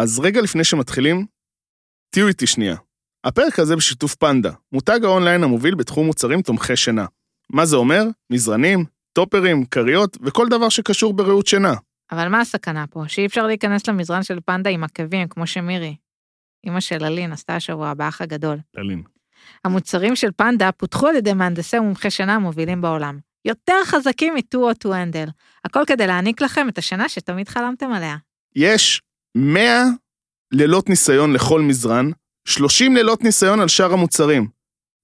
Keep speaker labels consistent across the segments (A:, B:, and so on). A: אז רגע לפני שמתחילים, תהיו איתי שנייה. הפרק הזה בשיתוף פנדה, מותג האונליין המוביל בתחום מוצרים תומכי שינה. מה זה אומר? מזרנים, טופרים, כריות וכל דבר שקשור בריהוט שינה.
B: אבל מה הסכנה פה? שאי אפשר להיכנס למזרן של פנדה עם עקבים, כמו שמירי, אמא של אלין, עשתה השבוע באח הגדול.
A: אלין.
B: המוצרים של פנדה פותחו על ידי מהנדסי ומומחי שינה המובילים בעולם. יותר חזקים מ-Two to Handle. הכל כדי להעניק לכם את השינה שתמיד חלמתם עליה.
A: יש 100 לילות ניסיון לכל מזרן, 30 לילות ניסיון על שאר המוצרים.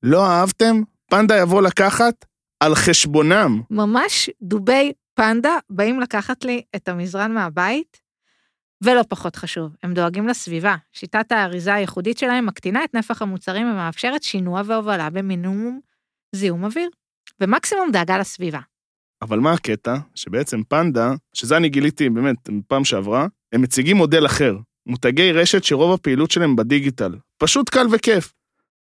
A: לא אהבתם? פנדה יבוא לקחת על חשבונם.
B: ממש דובי פנדה באים לקחת לי את המזרן מהבית, ולא פחות חשוב, הם דואגים לסביבה. שיטת האריזה הייחודית שלהם מקטינה את נפח המוצרים ומאפשרת שינוע והובלה במינימום זיהום אוויר, ומקסימום דאגה לסביבה.
A: אבל מה הקטע? שבעצם פנדה, שזה אני גיליתי באמת פעם שעברה, הם מציגים מודל אחר, מותגי רשת שרוב הפעילות שלהם בדיגיטל. פשוט קל וכיף.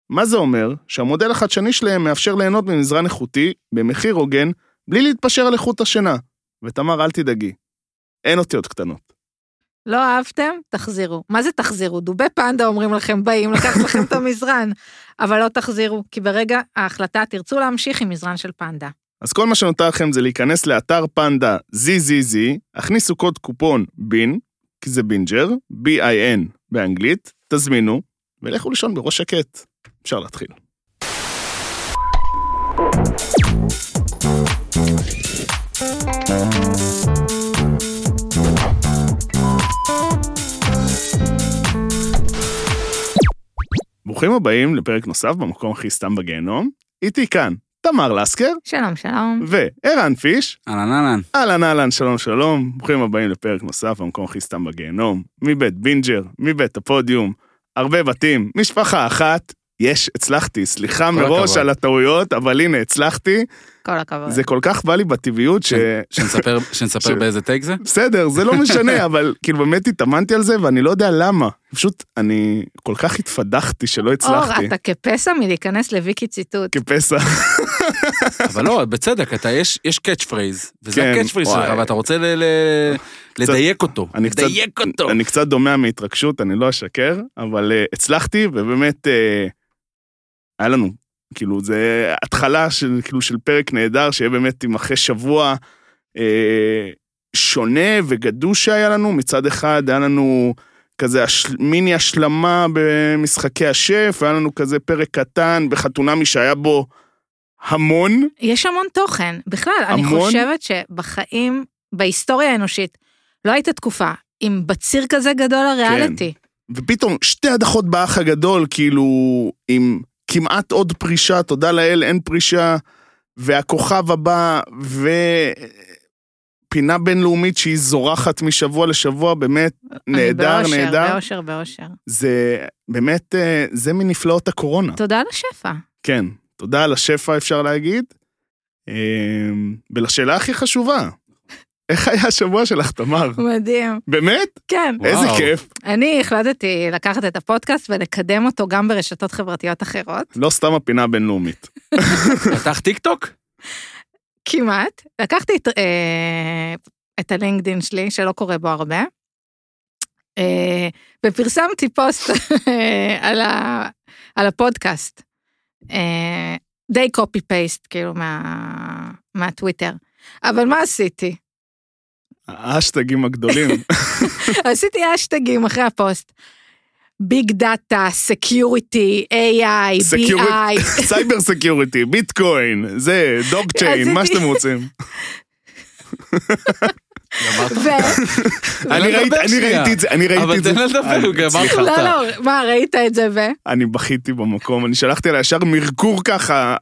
A: מה זה אומר? שהמודל החדשני שלהם מאפשר ליהנות ממזרן איכותי, במחיר הוגן, בלי להתפשר על איכות השינה. ותמר, אל תדאגי, אין אותיות קטנות.
B: לא אהבתם? תחזירו. מה זה תחזירו? דובי פנדה אומרים לכם, באים לקחת לכם את המזרן. אבל לא תחזירו, כי ברגע ההחלטה תרצו להמשיך עם מזרן של פנדה.
A: אז כל מה שנותר לכם זה להיכנס לאתר פנדה ZZZ, הכניסו קוד קופון בין, כי זה בינג'ר, B-I-N באנגלית, תזמינו, ולכו לישון בראש שקט. אפשר להתחיל. ברוכים הבאים לפרק נוסף במקום הכי סתם בגיהנום. איתי כאן תמר לסקר
B: שלום, שלום.
A: וערן פיש.
C: אהלן אהלן.
A: אהלן אהלן, שלום שלום, ברוכים הבאים לפרק נוסף במקום הכי סתם בגיהנום, מבית בינג'ר, מבית הפודיום, הרבה בתים, משפחה אחת, יש, הצלחתי, סליחה מראש
C: הכבוד.
A: על הטעויות, אבל הנה, הצלחתי,
B: כל הכבוד.
A: זה כל כך בא לי בטבעיות ש...
B: כן.
C: שנספר, שנספר
A: ש-
C: באיזה טייק זה?
A: בסדר, זה לא משנה, אבל כאילו באמת התאמנתי על זה, ואני לא יודע למה. פשוט, אני כל כך התפדחתי שלא
B: אור,
A: הצלחתי.
B: אתה כפסע מלהיכנס לוויקי ציטוט.
A: כפסע.
C: אבל לא, בצדק, אתה, יש, יש קאץ' פרייז, וזה
A: כן,
C: הקאץ' פרייז
A: וואי.
C: שלך, ואתה רוצה ל, ל,
A: קצת-
C: לדייק אותו.
A: אני קצת-
C: לדייק אותו.
A: אני קצת דומע מהתרגשות, אני לא אשקר, אבל אה, הצלחתי, ובאמת, אה, היה לנו, כאילו, זה התחלה של, כאילו, של פרק נהדר, שיהיה באמת עם אחרי שבוע אה, שונה וגדוש שהיה לנו. מצד אחד, היה לנו כזה הש, מיני השלמה במשחקי השף, היה לנו כזה פרק קטן בחתונמי שהיה בו המון,
B: יש המון תוכן. בכלל, אני
A: המון?
B: חושבת שבחיים, בהיסטוריה האנושית, לא הייתה תקופה עם בציר כזה גדול
A: כן.
B: הריאליטי.
A: ופתאום שתי הדחות באח הגדול, כאילו, עם כמעט עוד פרישה, תודה לאל, אין פרישה, והכוכב הבא, ופינה בינלאומית שהיא זורחת משבוע לשבוע, באמת
B: אני
A: נהדר,
B: באושר,
A: נהדר.
B: באושר, באושר.
A: זה באמת, אה, זה מנפלאות הקורונה.
B: תודה לשפע.
A: כן, תודה על השפע, אפשר להגיד. אה, ולשאלה הכי חשובה, איך היה השבוע שלך, תמר?
B: מדהים.
A: באמת?
B: כן.
C: וואו.
A: איזה כיף.
B: אני החלטתי לקחת את הפודקאסט ולקדם אותו גם ברשתות חברתיות אחרות,
A: לא סתם הפינה הבינלאומית.
C: פתח טיק טוק?
B: כמעט. לקחתי את, אה, את הלינקדין שלי, שלא קורה בו הרבה, אה, ופרסמתי פוסט אה, על, ה, על הפודקאסט. אה, די קופי פייסט, כאילו, מה, מהטוויטר. אבל מה עשיתי?
A: האשטגים הגדולים.
B: עשיתי אשטגים אחרי הפוסט. ביג דאטה, סקיוריטי, AI,
A: Security.
B: BI,
A: סייבר סקיוריטי, ביטקוין, זה, דוג צ'יין, מה שאתם רוצים.
C: גמרת?
B: ו...
C: תן לה
A: אני
C: לדבר
A: ראיתי- אני
C: שנייה.
A: ראיתי את זה, אני ראיתי
C: אבל
A: את זה.
C: תן לה לדבר,
A: אני-
C: הוא גמר
A: סליחה,
C: אותה.
B: לא, לא, מה, ראית את זה ו...
A: אני בכיתי במקום, אני שלחתי לה ישר מרקור ככה,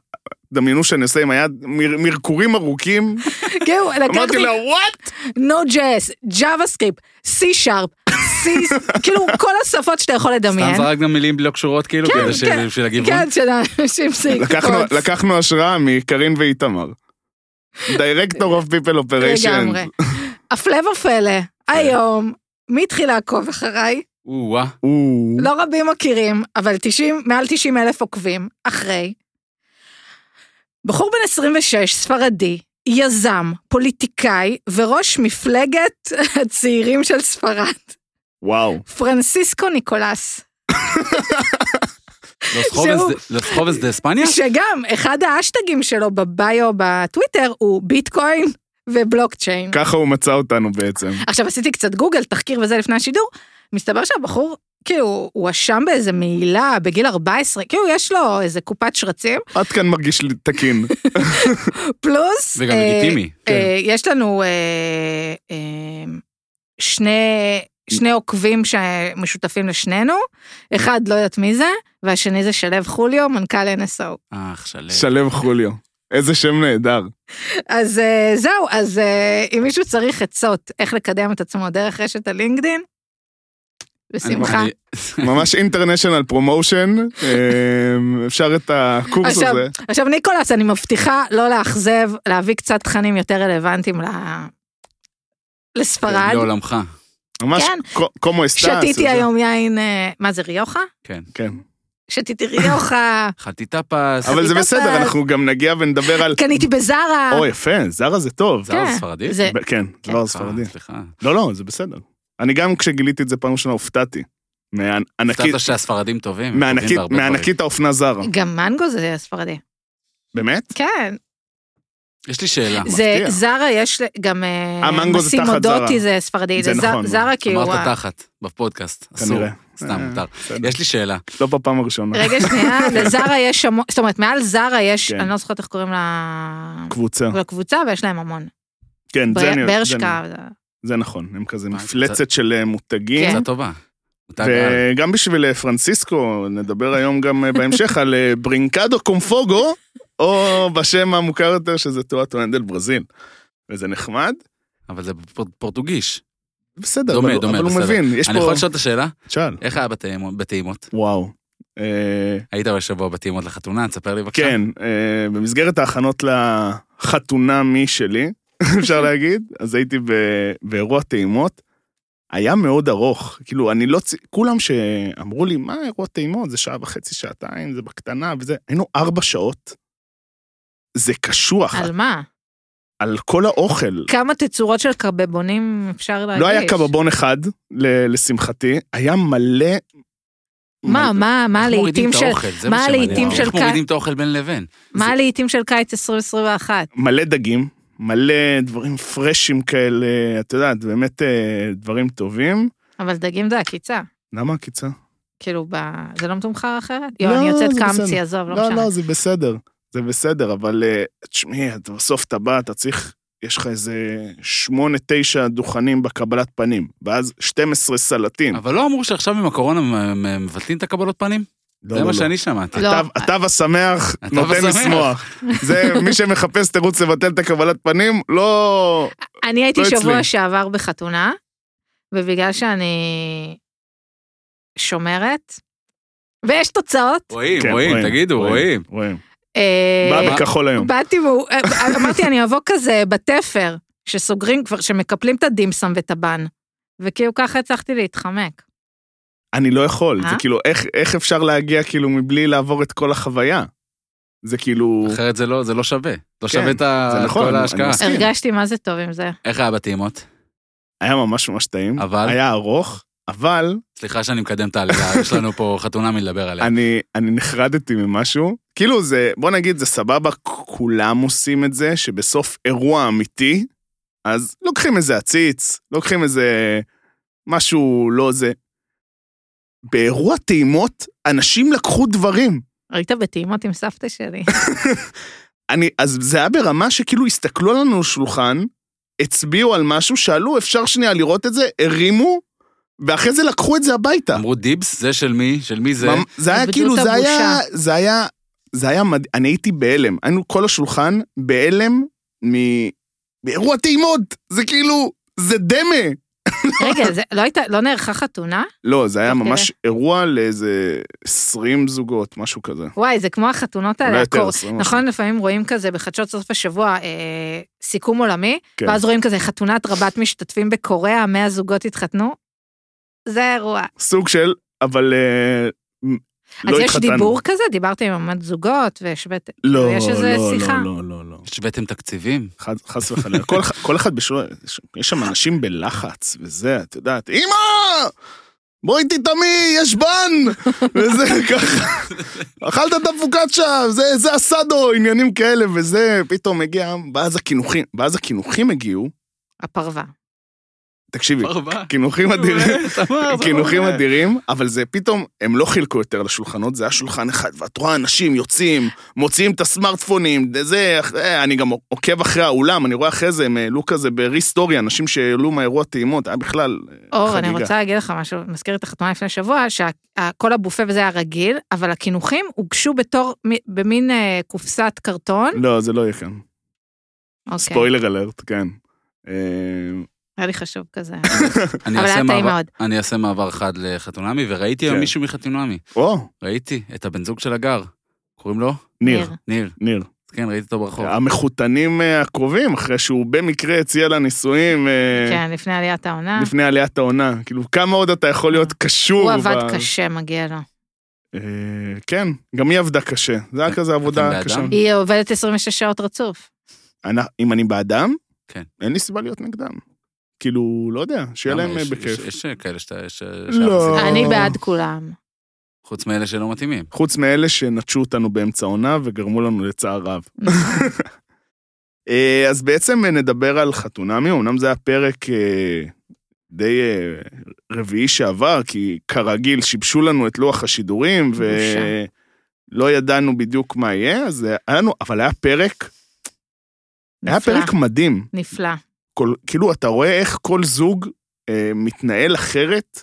A: דמיינו שאני עושה עם היד, מר- מרקורים ארוכים.
B: כן,
A: אמרתי
B: לקחתי
A: לה, וואט?
B: Node.js, JavaScript, C-Sharp, C, כאילו כל השפות שאתה יכול
C: סתם
B: לדמיין.
C: זרק גם מילים לא קשורות כאילו,
B: כן,
C: כדי ש-
B: כן.
C: בשביל הגיוון.
B: כן, של אנשים
A: לקחנו-
B: סיקוץ.
A: לקחנו השראה מקרין ואיתמר. דירקטור of people
B: לגמרי.
A: operation.
B: הפלא
A: אה.
B: ופלא, היום, מי התחיל לעקוב אחריי?
C: או-אה.
A: או,
B: לא רבים מכירים, אבל 90, מעל 90 אלף עוקבים, אחרי. בחור בן 26, ספרדי, יזם, פוליטיקאי וראש מפלגת הצעירים של ספרד.
A: וואו.
B: פרנסיסקו ניקולס,
C: לוס חובס
B: שהוא-
C: דה- לוס חובס דה אספניה?
B: שגם אחד האשטגים שלו בביו בטוויטר הוא ביטקוין ובלוקצ'יין.
A: ככה הוא מצא אותנו בעצם.
B: עכשיו עשיתי קצת גוגל, תחקיר וזה לפני השידור, מסתבר שהבחור, כאילו, הוא אשם באיזה מעילה בגיל 14, כאילו יש לו איזה קופת שרצים,
A: עד כאן מרגיש לי תקין.
B: פלוס...
C: וגם
B: אה,
C: לגיטימי.
B: אה, יש לנו אה, אה, שני, שני עוקבים שמשותפים לשנינו, אחד לא יודעת מי זה, והשני זה שלו חוליו, מנכ"ל NSO.
C: אך, שלו.
A: שלו חוליו. איזה שם נהדר.
B: אז אה, זהו, אז אה, אם מישהו צריך עצות איך לקדם את עצמו דרך רשת הלינקדין, בשמחה.
C: אני- כן,
A: ממש אינטרנשיונל פרומושן. אפשר את הקורס
B: עכשיו-
A: הזה.
B: עכשיו ניקולס, אני מבטיחה לא לאכזב, להביא קצת תכנים יותר רלוונטיים ל...
A: כן,
B: לספרד.
A: לא,
C: לעולמך.
A: ממש
B: כן.
A: קו- קומו אסטאס.
B: שתיתי
A: וזה.
B: היום יין, אה, מה זה ריוחה?
C: כן.
A: כן.
B: שתיתי ריוחה,
C: חטיטה פס.
A: אבל זה
B: חטיטה
A: בסדר,
B: פס.
A: אנחנו גם נגיע ונדבר על...
B: קניתי כן, בזארה.
A: או, יפה, זרה זה טוב.
C: זה
B: כן,
C: ארז ספרדי?
B: זה-
A: ב- כן,
B: כן.
A: זרה
C: אה,
A: ספרדי.
C: סליחה.
A: לא, לא, זה בסדר. אני גם כשגיליתי את זה פעם ראשונה הופתעתי. מהענקית-
C: חשבת שהספרדים טובים. הם
A: מהענקית-
C: טובים בהרבה דברים.
A: מהענקית האופנה זרה.
B: גם מנגו זה ספרדי.
A: באמת?
B: כן.
C: יש לי שאלה.
B: זה
A: מפתיע.
B: זרה יש ל- גם... אה,
A: אה, מנגו זה תחת
B: מסימו
A: זרה.
B: דוטי זה ספרדי.
A: זה
B: זה ז-
A: נכון.
B: זרה כאילו... ה-
C: אמרת תחת, בפודקאסט. אסור.
A: כנראה.
C: סתם,
A: אה,
C: מותר.
A: בסדר.
C: יש לי שאלה.
A: לא בפעם הראשונה.
B: רגע שנייה, לזרה יש המון... זאת אומרת, מעל זרה יש,
A: כן.
B: אני לא זוכרת איך קוראים לה-
A: קבוצה.
B: לקבוצה, ויש להם המון.
A: כן, זה אני... זה
B: ברשקה.
A: אני- זה נכון, הם כזה
C: מה,
A: מפלצת של אה, מותגים.
B: כן.
C: עצה טובה. מותג על.
A: וגם בשביל אה, פרנסיסקו, נדבר היום גם אה, בהמשך על אה, ברינקדו קומפוגו, או בשם המוכר יותר שזה טואטו הנדל ברזיל. וזה נחמד,
C: אבל זה בפור- פורטוגיש.
A: בסדר,
C: דומה,
A: אבל הוא-
C: דומה,
A: אבל הוא
C: בסדר.
A: מבין, יש
C: אני יכול
A: פה...
C: לשאול אה, את השאלה?
A: שאל.
C: איך היה בטעימות- בטעימות?
A: וואו. אה,
C: היית בשבוע בטעימות לחתונה? תספר לי בבקשה.
A: כן, אה, במסגרת ההכנות לחתונה מי שלי, אפשר להגיד, אז הייתי ב- באירוע טעימות. היה מאוד ארוך, כאילו, אני לא... צ... כולם שאמרו לי, מה אירוע טעימות? זה שעה וחצי, שעתיים, זה בקטנה וזה... היינו ארבע שעות. זה קשוח, על,
B: על מה?
A: על כל האוכל.
B: כמה תצורות של קבבונים אפשר להגיש?
A: לא היה קבבון אחד, ל... לשמחתי, היה מלא...
B: מה, מה, מה
C: איך
B: הלהיטים
C: מורידים את
B: של...
C: האוכל? זה
B: מה
C: שמעניין.
B: הלהיטים של
C: איך
B: קה-
C: מורידים את האוכל בין לבין?
B: מה הלהיטים של קיץ 2021?
A: מלא דגים, מלא דברים פרשים כאלה, את יודעת, באמת אה, דברים טובים.
B: אבל דגים זה עקיצה.
A: למה עקיצה?
B: כאילו, ב... זה לא מתומחר אחרת? יו,
A: לא,
B: אני יוצאת
A: זה בסדר.
B: קמצי, עזוב, לא
A: לא,
B: משנה.
A: לא, זה בסדר. זה בסדר, אבל אה, תשמעי, את- בסוף אתה בא, אתה צריך, יש לך איזה שמונה, תשע דוכנים בקבלת פנים, ואז 12 סלטים.
C: אבל לא אמרו שעכשיו עם הקורונה מ- מ- מבטלים את הקבלות פנים?
A: לא,
C: זה
A: לא,
C: מה
A: לא.
C: שאני שמעתי.
B: לא.
A: התו- התו השמח
C: התו
A: נותן
C: השמח.
A: לשמוח. זה מי שמחפש תירוץ לבטל את הקבלת פנים, לא...
B: אני הייתי
A: לא אצלי.
B: שבוע שעבר בחתונה, ובגלל שאני שומרת, ויש תוצאות,
C: רואים,
A: כן,
C: רואים, תגידו, רואים.
A: רואים.
B: אה,
A: בא בכחול היום.
B: באתי, והוא- אה, אמרתי, אני אבוא כזה בתפר, שסוגרים כבר, שמקפלים את הדימסם ואת הבן, וכאילו ככה הצלחתי להתחמק.
A: אני לא יכול,
B: אה?
A: זה כאילו, איך- איך אפשר להגיע כאילו מבלי לעבור את כל החוויה? זה כאילו...
C: אחרת זה לא- זה לא שווה. לא שווה את
A: זה
C: ה-
A: נכון,
C: כל
A: אני- אני
C: ההשקעה.
A: מסכים.
B: הרגשתי מה זה טוב עם זה.
C: איך היה בטעימות?
A: היה ממש ממש טעים.
C: אבל?
A: היה ארוך, אבל
C: סליחה שאני מקדם את העלילה, יש לנו פה חתונה מלדבר עליה.
A: אני, אני נחרדתי ממשהו. כאילו זה, בוא נגיד, זה סבבה, כולם עושים את זה, שבסוף אירוע אמיתי, אז לוקחים איזה עציץ, לוקחים איזה משהו לא זה. באירוע טעימות, אנשים לקחו דברים.
B: היית בטעימות עם סבתא שלי.
A: אני, אז זה היה ברמה שכאילו הסתכלו עלינו לשולחן, הצביעו על משהו, שאלו, אפשר שנייה לראות את זה, הרימו, ואחרי זה לקחו את זה הביתה.
C: אמרו דיבס, זה של מי? של מי זה?
A: ממ- זה היה
B: בדיוק
A: כאילו, זה
B: הבושה.
A: היה, זה היה, זה היה מדהים, אני הייתי בהלם, היינו כל השולחן בהלם מ... באירוע טעימות, זה כאילו, זה דמה.
B: רגע, זה- לא הייתה, לא נערכה חתונה?
A: לא, זה היה
B: אוקיי.
A: ממש אירוע לאיזה 20 זוגות, משהו כזה.
B: וואי, זה כמו החתונות
A: אולי
B: האלה,
A: יותר,
B: הקור...
A: 20 משהו.
B: נכון, לפעמים רואים כזה בחדשות סוף השבוע אה, סיכום עולמי,
A: כן.
B: ואז רואים כזה חתונת רבת משתתפים בקוריאה, 100 זוגות התחתנו. זה אירוע.
A: סוג של, אבל אה,
B: אז
A: לא
B: יש
A: התחתנו.
B: דיבור כזה? דיברתם עם בת זוגות והשוויתם?
A: לא,
B: יש איזה
A: לא, לא,
B: שיחה?
A: לא, לא, לא.
C: השוויתם תקציבים?
A: חס- חס וחלילה. כל אח- כל אחד בשלו... יש שם אנשים בלחץ וזה, את יודעת, אמא! בואי תטעמי, יש בן! וזה ככה. אכלת את הפוקצ'ה, זה, זה הסאדו, עניינים כאלה וזה, פתאום הגיע, ואז הקינוחים, ואז הקינוחים הגיעו,
B: הפרווה.
A: תקשיבי,
C: ארבע.
A: קינוחים אדירים.
C: באמת,
B: אה, לא
C: אמר, זה
A: קינוחים
C: מעולה.
A: אדירים, אבל זה פתאום, הם לא חילקו יותר לשולחנות, זה היה שולחן אחד, ואת רואה אנשים יוצאים, מוציאים את הסמארטפונים, זה, אה, אני גם עוקב אחרי האולם, אני רואה אחרי זה, הם העלו כזה בריסטורי, אנשים שהעלו מהאירוע טעימות, היה בכלל אה,
B: אור,
A: חגיגה.
B: אני רוצה להגיד לך משהו, מזכיר את החתונה לפני שבוע, שכל הבופה וזה היה רגיל, אבל הקינוחים הוגשו בתור, מ- במין אה, קופסת קרטון.
A: לא, זה לא יהיה כאן.
B: אוקיי,
A: לא, ספוילר אלרט, כן. אה,
B: היה לי חשוב כזה.
C: אני
B: אבל היה
C: אעשה
B: טעים
C: מעבר-
B: מאוד.
C: אני אעשה מעבר חד לחתונמי, וראיתי היום
A: כן.
C: מישהו מחתונמי.
A: או,
C: ראיתי את הבן זוג של הגר. קוראים לו?
A: ניר,
C: ניר.
A: ניר.
C: כן, ראיתי אותו ברחוב.
A: המחותנים אה, הקרובים, אחרי שהוא במקרה הציע לה נישואים. אה,
B: כן, לפני עליית העונה.
A: לפני עליית העונה, כאילו כמה עוד אתה יכול להיות קשור.
B: אה. הוא עבד
A: ב-
B: קשה, מגיע לו.
A: אה, כן, גם היא עבדה קשה. זה היה כזה עבודה
C: באדם?
A: קשה.
B: היא עובדת 26 שעות רצוף.
A: אנ- אם אני בעדם,
C: כן.
A: אין לי סיבה להיות נגדם. כאילו, לא יודע, שיהיה
C: למה,
A: להם אה,
C: יש-
A: בכיף.
C: יש- יש כאלה שאתה... ש-
A: לא.
C: שאנחנו-
B: אני בעד כולם.
C: חוץ מאלה שלא מתאימים.
A: חוץ מאלה שנטשו אותנו באמצע העונה וגרמו לנו לצער רב. אה, אז בעצם אה, נדבר על חתונמי, אמנם זה היה פרק אה, די אה, רביעי שעבר, כי כרגיל שיבשו לנו את לוח השידורים,
B: בושה.
A: ולא ידענו בדיוק מה יהיה, אז היה לנו, אבל היה פרק, היה
B: נפלא,
A: פרק מדהים.
B: נפלא.
A: כל, כאילו, אתה רואה איך כל זוג אה, מתנהל אחרת,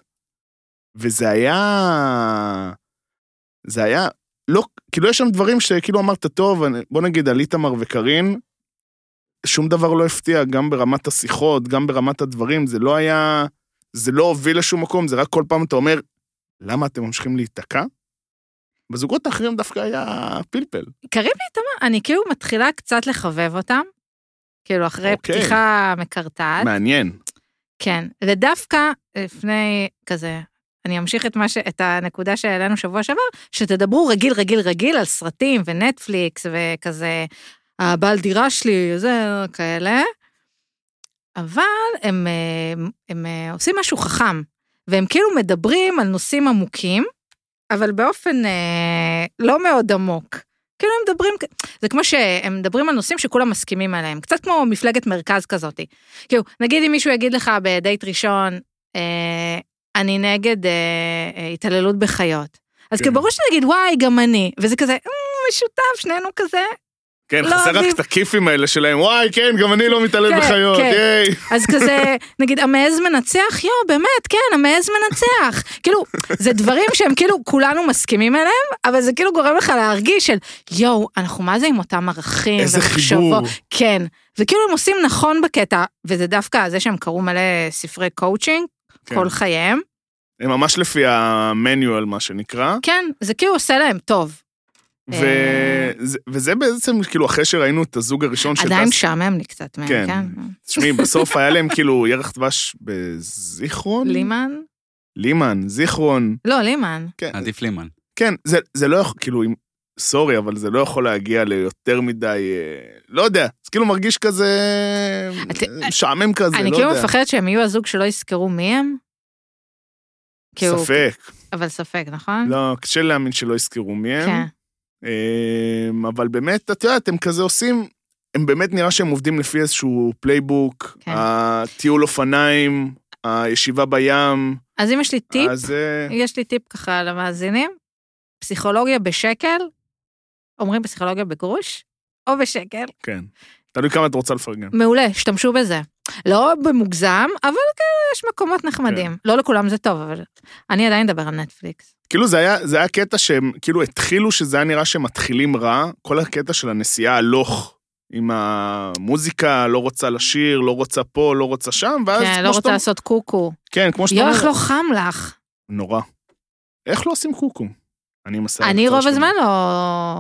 A: וזה היה... זה היה... לא, כאילו, יש שם דברים שכאילו אמרת, טוב, אני, בוא נגיד על איתמר וקארין, שום דבר לא הפתיע, גם ברמת השיחות, גם ברמת הדברים, זה לא היה... זה לא הוביל לשום מקום, זה רק כל פעם אתה אומר, למה אתם ממשיכים להיתקע? בזוגות האחרים דווקא היה פלפל.
B: קריב לי איתמר, אני כאילו מתחילה קצת לחבב אותם, כאילו אחרי
A: אוקיי.
B: פתיחה מקרטעת.
A: מעניין.
B: כן, ודווקא לפני כזה, אני אמשיך את, מה ש... את הנקודה שהעלינו שבוע שעבר, שתדברו רגיל, רגיל, רגיל על סרטים ונטפליקס וכזה, הבעל דירה שלי, זה, כאלה. אבל הם, הם, הם אה, עושים משהו חכם, והם כאילו מדברים על נושאים עמוקים, אבל באופן אה, לא מאוד עמוק. כאילו הם מדברים, זה כמו שהם מדברים על נושאים שכולם מסכימים עליהם, קצת כמו מפלגת מרכז כזאת. כאילו, נגיד אם מישהו יגיד לך בדייט ראשון, אה, אני נגד אה, אה, התעללות בחיות. אז
A: כן.
B: כאילו ברור שנגיד, וואי, גם אני. וזה כזה, "אמ, משותף, שנינו כזה.
A: כן,
B: לא
A: חסר רק
B: אביב.
A: את הכיפים האלה שלהם, וואי, כן, גם אני לא מתעלל
B: כן,
A: בחיות,
B: כן.
A: ייי.
B: אז כזה, נגיד, המעז מנצח, יואו, באמת, כן, המעז מנצח. כאילו, זה דברים שהם כאילו, כולנו מסכימים אליהם, אבל זה כאילו גורם לך להרגיש של, יואו, אנחנו מה זה עם אותם ערכים
A: איזה
B: ומחשבות?"
A: חיבור.
B: כן, וכאילו הם עושים נכון בקטע, וזה דווקא זה שהם קראו מלא ספרי קואוצ'ינג
A: כן.
B: כל חייהם,
A: הם ממש לפי המניואל, מה שנקרא.
B: כן, זה כאילו עושה להם טוב. אה.
A: וזה- וזה בעצם, כאילו, אחרי שראינו את הזוג הראשון
B: עדיין משעמם לי קצת מהם,
A: כן.
B: כן?
A: תשמעי, בסוף היה להם כאילו ירח דבש בזיכרון?
B: לימן?
A: לימן, זיכרון.
B: לא, לימן.
A: כן,
C: עדיף לימן.
A: כן, זה- זה לא יכול, כאילו, אם- סורי, אבל זה לא יכול להגיע ליותר מדי, אה, לא יודע, זה כאילו מרגיש כזה,
B: את-
A: משעמם כזה,
B: אני
A: לא
B: כאילו
A: יודע.
B: מפחדת שהם יהיו הזוג שלא יזכרו מי הם. כאילו,
A: ספק,
B: אבל ספק, נכון?
A: לא, קשה להאמין שלא יזכרו מי הם.
B: כן.
A: אמ, אבל באמת, את יודעת, הם כזה עושים, הם באמת נראה שהם עובדים לפי איזשהו פלייבוק,
B: כן.
A: הטיול אופניים, הישיבה בים.
B: אז אם יש לי טיפ,
A: אז אה,
B: יש לי טיפ ככה למאזינים, פסיכולוגיה בשקל, אומרים פסיכולוגיה בגרוש, או בשקל,
A: כן. תלוי כמה את רוצה לפרגן.
B: מעולה, השתמשו בזה. לא במוגזם, אבל כאילו יש מקומות
A: כן.
B: נחמדים. לא לכולם זה טוב, אבל אני עדיין אדבר על נטפליקס.
A: כאילו זה היה, זה היה קטע שהם, כאילו התחילו שזה היה נראה שהם מתחילים רע, כל הקטע של הנסיעה הלוך. עם המוזיקה, לא רוצה לשיר, לא רוצה פה, לא רוצה שם, ואז
B: כן,
A: כמו
B: לא
A: שאתה...
B: רוצה לעשות קוקו.
A: כן, כמו שאתה
B: יואו,
A: אומר,
B: איך לא חם לך.
A: נורא. איך לא עושים קוקו? אני עם השיער
B: אני
A: הקצר
B: רוב
A: שלי.
B: הזמן לא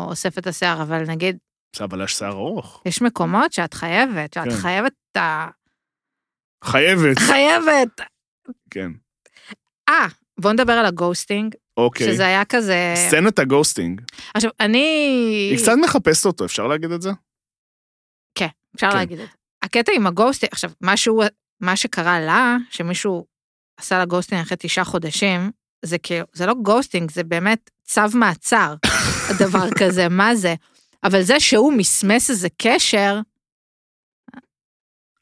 B: אוספת את השיער, אבל נגיד,
A: בסדר, אבל יש שיער ארוך.
B: יש מקומות שאת חייבת,
A: כן.
B: ואת חייבת את ה...
A: חייבת.
B: חייבת!
A: כן.
B: אה, בואו נדבר על הגוסטינג,
A: אוקיי.
B: שזה היה כזה...
A: סצנת הגוסטינג.
B: עכשיו, אני...
A: היא קצת מחפשת אותו, אפשר להגיד את זה?
B: אפשר
A: כן.
B: להגיד את זה. הקטע עם הגוסטינג, עכשיו, מה שהוא, מה שקרה לה, שמישהו עשה לה גוסטינג אחרי תשעה חודשים, זה כאילו, זה לא גוסטינג, זה באמת צו מעצר, דבר כזה, מה זה? אבל זה שהוא מסמס איזה קשר,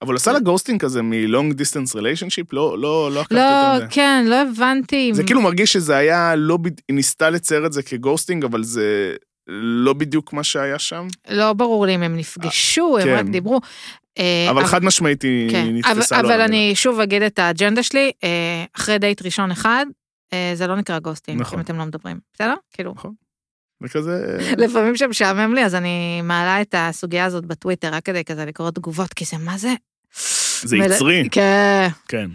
A: אבל הוא עשה לה גוסטינג כזה מ-Long Distance Relationship, לא, לא, לא
B: לא. לא,
A: עקבתי יותר מדי.
B: כן, לא הבנתי. אם-
A: זה כאילו מרגיש שזה היה לא, בד- היא ניסתה לצייר את זה כגוסטינג, אבל זה לא בדיוק מה שהיה שם.
B: לא ברור לי אם הם נפגשו, הם
A: כאילו- כן.
B: רק דיברו. אה,
A: אבל חד משמעית
B: כן,
A: היא נתפסה
B: אבל,
A: לו. לא
B: אבל
A: על זה.
B: אני שוב אגיד את האג'נדה שלי, אה, אחרי דייט ראשון אחד, אה, זה לא נקרא גוסטינג,
A: נכון.
B: אם אתם לא מדברים, בסדר? כאילו,
A: וכזה...
B: לפעמים שמשעמם לי, אז אני מעלה את הסוגיה הזאת בטוויטר, רק כדי כזה לקרוא תגובות, כי זה מה זה?
A: זה
B: מלא-
A: יצרי.
B: כן,
A: כן.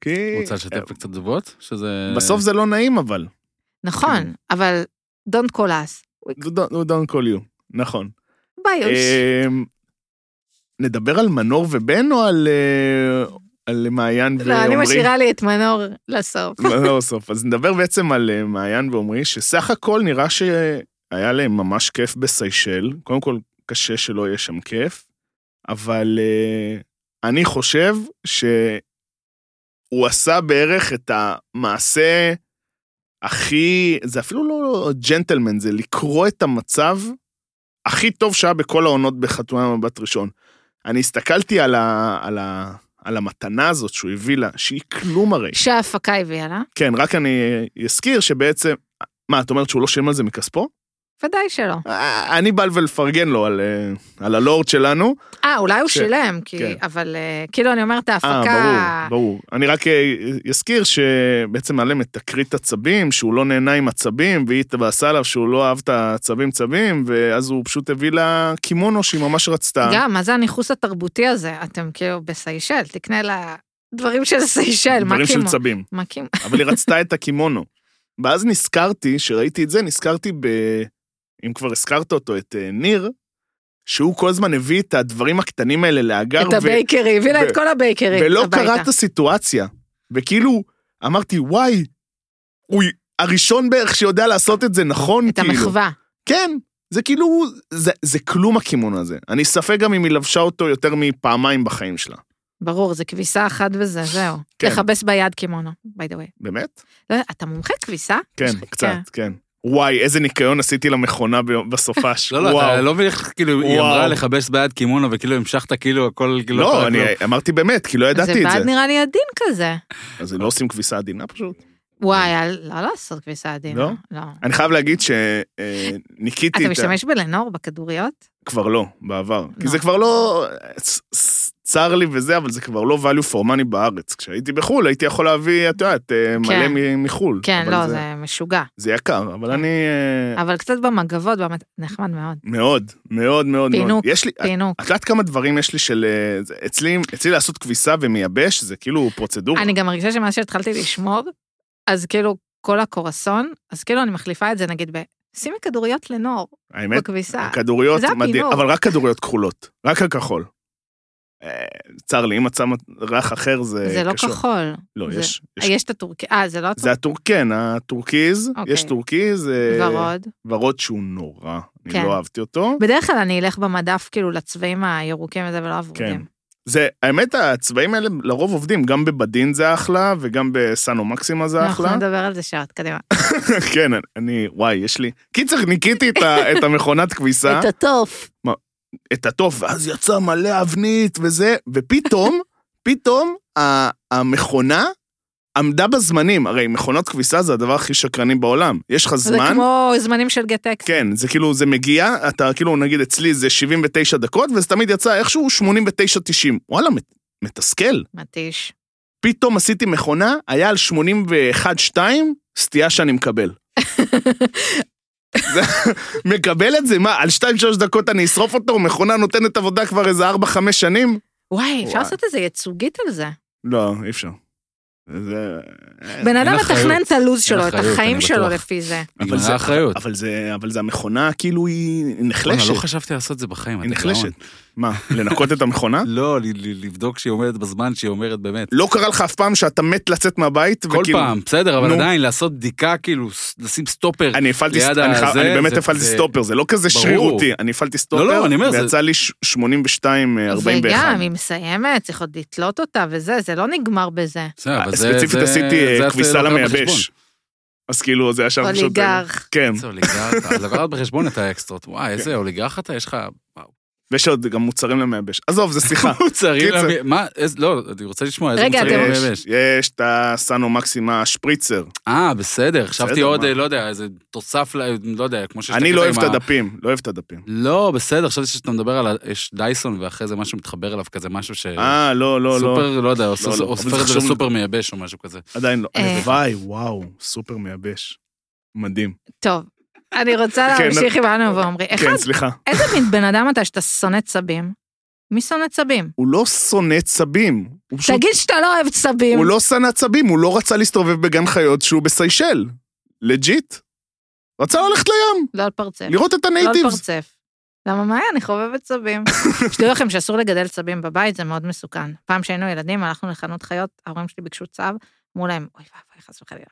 A: כי...
C: רוצה לשתף בקצת זוגות? שזה...
A: אה, בסוף זה לא נעים, אבל. כן.
B: נכון, אבל don't call us,
A: We don't- we don't call you. נכון.
B: ביוש.
A: אמ, נדבר על מנור ובן או על אה, על מעיין ועמרי?
B: לא, אני משאירה לי את מנור לסוף.
A: לא, סוף. אז נדבר בעצם על אה, מעיין ועמרי, שסך הכל נראה שהיה להם ממש כיף בסיישל. קודם כל, קשה שלא יהיה שם כיף, אבל אה, אני חושב שהוא עשה בערך את המעשה הכי... זה אפילו לא ג'נטלמן, זה לקרוא את המצב הכי טוב שהיה בכל העונות בחתונה במבט ראשון. אני הסתכלתי על, ה, על, ה, על המתנה הזאת שהוא הביא לה, שהיא כלום הרי.
B: שההפקה הביאה לה,
A: כן, רק אני אזכיר שבעצם... מה, את אומרת שהוא לא שילם על זה מכספו?
B: ודאי שלא.
A: אה, אני בא ולפרגן לו על, אה, על הלורד שלנו.
B: אה, אולי הוא
A: ש-
B: שילם, כי-
A: כן.
B: אבל אה, כאילו אני אומרת
A: אה,
B: ההפקה...
A: ברור, ברור. אני רק אה, אזכיר שבעצם היה להם את תקרית עצבים, שהוא לא נהנה עם עצבים, והיא התבאסה עליו שהוא לא אהב את העצבים צבים, ואז הוא פשוט הביא לה קימונו שהיא ממש רצתה.
B: גם, מה זה הניכוס התרבותי הזה? אתם כאילו בסיישל, תקנה לה דברים של סיישל, מה
A: דברים של
B: קימו?
A: צבים.
B: מה קימו?
A: אבל היא רצתה את הקימונו. ואז נזכרתי, כשראיתי את זה, נזכרתי ב... אם כבר הזכרת אותו, את אה, ניר, שהוא כל הזמן הביא את הדברים הקטנים האלה לאגר,
B: את הבייקרי, הביא לה את
A: ו-
B: כל הבייקרי
A: ולא
B: הביתה.
A: קרא את הסיטואציה. וכאילו, אמרתי, וואי, הוא הראשון בערך שיודע לעשות את זה נכון,
B: את
A: כאילו.
B: המחווה.
A: כן, זה כאילו, זה, זה כלום הקימונו הזה. אני ספק גם אם היא לבשה אותו יותר מפעמיים בחיים שלה.
B: ברור, זה כביסה אחת וזה, זהו.
A: כן.
B: לכבס ביד קימונו, by the way.
A: באמת?
B: לא, אתה מומחה כביסה?
A: כן,
B: משחק-
A: קצת, כן. וואי, איזה ניקיון עשיתי למכונה ב- בסופש.
C: לא, לא,
A: וואו.
C: אתה לא מבין איך, כאילו, היא
A: וואו.
C: אמרה לכבס ביד קימונו, וכאילו המשכת, כאילו, הכל, כאילו,
A: לא,
C: קרה
A: אני
C: כלום.
A: אמרתי באמת, כי לא ידעתי את
B: זה
A: זה.
B: בעד נראה לי עדין כזה.
A: אז לא עושים כביסה עדינה פשוט.
B: וואי, אל- לא לעשות כביסה עדינה.
A: כן. לא?
B: לא.
A: אני חייב להגיד שניקיתי
B: אתה
A: את ה...
B: משתמש בלנור בכדוריות?
A: כבר לא, בעבר. כי
B: לא.
A: זה כבר לא... צ- צ- צר לי וזה, אבל זה כבר לא value for money בארץ. כשהייתי בחו"ל, הייתי יכול להביא, את יודעת, אה, מלא
B: כן.
A: מ- מחו"ל.
B: כן,
A: אבל
B: לא, זה כן. משוגע.
A: זה יקר, אבל אני... אה,
B: אבל קצת במגבות, באמת, נחמד מאוד.
A: מאוד, מאוד, מאוד, מאוד.
B: פינוק,
A: יש לי...
B: פינוק.
A: את יודעת כמה דברים יש לי של... אה, זה- אצלי, אצלי לעשות כביסה ומייבש, זה כאילו פרוצדורה.
B: אני גם מרגישה שמאז שהתחלתי לשמור, אז כאילו כל הקורסון, אז כאילו אני מחליפה את זה נגיד ב... שימי כדוריות לנור
A: האמת,
B: בכביסה.
A: כדוריות,
B: אה, זה
A: מדהים,
B: הפינוק.
A: אבל רק כדוריות כחולות, רק הכחול. אה, צר לי, אם מצא ריח אחר זה
B: זה לא
A: קשור.
B: כחול.
A: לא,
B: זה-
A: יש. יש-
B: יש את הטורקי... אה, זה לא
A: זה
B: הטורקי?
A: הטורקן, הטורקיז,
B: אוקיי.
A: יש טורקיז, אה,
B: ורוד.
A: ורוד שהוא נורא, אני
B: כן.
A: לא אהבתי אותו.
B: בדרך כלל אני אלך במדף כאילו לצבעים הירוקים וזה ולא
A: כן.
B: הוורודים.
A: זה, האמת, הצבעים האלה לרוב עובדים, גם בבדין זה אחלה, וגם בסנו מקסימה זה
B: אנחנו לא
A: אחלה.
B: נדבר על זה שעות, קדימה. נכון.
A: כן, אני, וואי, יש לי. קיצר, ניקיתי את ה- את המכונת כביסה.
B: את הטוף.
A: את התוף, ואז יצא מלא אבנית וזה, ופתאום, פתאום ה- המכונה עמדה בזמנים. הרי מכונות כביסה זה הדבר הכי שקרני בעולם. יש לך
B: זה
A: זמן,
B: כמו זמנים של גטקס.
A: כן, זה כאילו, זה מגיע, אתה כאילו, נגיד אצלי זה 79 דקות, וזה תמיד יצא איכשהו 89-90. וואלה, מת- מתסכל.
B: מתיש.
A: פתאום עשיתי מכונה, היה על 81-2, סטייה שאני מקבל. זה- מקבל את זה, מה, על 2-3 דקות אני אשרוף אותו, מכונה נותנת עבודה כבר איזה 4-5 שנים?
B: וואי, אפשר
A: וואי.
B: לעשות איזה ייצוגית על זה.
A: לא, אי אפשר. זה... כן.
B: בן אדם
C: אחריות.
B: מתכנן את הלו"ז שלו, את
C: אחריות,
B: החיים
C: אני
B: שלו
C: בטוח.
B: לפי זה.
A: אבל
C: נגמרה
A: זה-
C: האחריות.
A: אבל זה, אבל זה המכונה, כאילו, היא
C: בואנה,
A: נחלשת.
C: לא חשבתי לעשות את זה בחיים.
A: היא
C: אתה
A: נחלשת.
C: גאון.
A: מה, לנקות את המכונה?
C: לא, ל- ל- לבדוק שהיא עומדת בזמן שהיא אומרת באמת.
A: לא קרה לך אף פעם שאתה מת לצאת מהבית?
C: כל
A: וכאילו-
C: פעם, בסדר, אבל
A: נו.
C: עדיין לעשות בדיקה, כאילו, ס- לשים סטופר.
A: אני הפעלתי,
C: ליד
A: אני,
C: הזה,
A: חייב- אני באמת
C: זה-
A: הפעלתי
C: זה-
A: סטופר, זה לא כזה
C: ברור.
A: שרירותי, אני הפעלתי סטופר,
C: לא, אני אומר, זה-
A: ויצא לי ש- 82, אה, 41.
B: וגם, היא מסיימת, צריך עוד לתלות אותה וזה, זה לא נגמר בזה.
C: בסדר, אבל זה-
A: אה, ספציפית
C: זה-
A: עשיתי אה,
C: זה את
A: כביסה
C: לא לוקח בחשבון.
A: למייבש. אז כאילו זה ישר פשוט...
B: אוליגרך.
A: כן,
C: איזה אוליגרח, אתה אה, לקחת בחשבון את האקסטרות. וואי, איזה אוליגרח אתה, יש לך... וואו.
A: ויש עוד גם מוצרים למייבש. עזוב, זה שיחה.
C: מוצרים...
A: קיצר.
C: למי- מה, איזה- לא, אני רוצה לשמוע איזה
B: רגע,
C: מוצרים
B: אתם-
A: יש,
C: למייבש.
A: יש את הסאנו מקסימה שפריצר.
C: אה, בסדר, חשבתי
A: בסדר,
C: עוד,
A: מה?
C: אה, לא יודע, איזה תוסף, ל- לא יודע, כמו שיש...
A: אני
C: הקטע
A: לא
C: עם
A: אוהב את
C: ה-
A: הדפים, לא אוהב את הדפים.
C: לא, בסדר, חשבתי שאתה מדבר על... ה- יש דייסון ואחרי זה משהו מתחבר אליו, כזה משהו ש...
A: אה, לא, לא, לא,
C: סופר, לא יודע,
A: לא,
C: עושה-
A: לא,
C: הופך
A: אבל זה
C: את זה
A: חשוב.
C: לסופר מייבש או משהו כזה.
A: עדיין לא.
B: אה.
A: הלוואי, וואו, סופר מייבש. מדהים.
B: טוב, אני רוצה
A: כן,
B: להמשיך עם אנו ועומרי.
A: כן,
B: אחד,
A: סליחה.
B: איזה מין בן אדם אתה שאתה שונא צבים? מי שונא צבים?
A: הוא לא שונא צבים. הוא פשוט
B: תגיד שאתה לא אוהב צבים.
A: הוא לא שנא צבים, הוא לא רצה להסתובב בגן חיות שהוא בסיישל. לג'יט. רצה ללכת לים,
B: לא על פרצף.
A: לראות את
B: לא על
A: הנייטיבס.
B: פרצף. למה מה היה? אני חובבת צבים. שתדעו לכם שאסור לגדל צבים בבית, זה מאוד מסוכן. פעם שהיינו ילדים, הלכנו לחנות חיות, ההורים שלי ביקשו צב, אמרו להם, אוי ואבוי, חס וחלילה.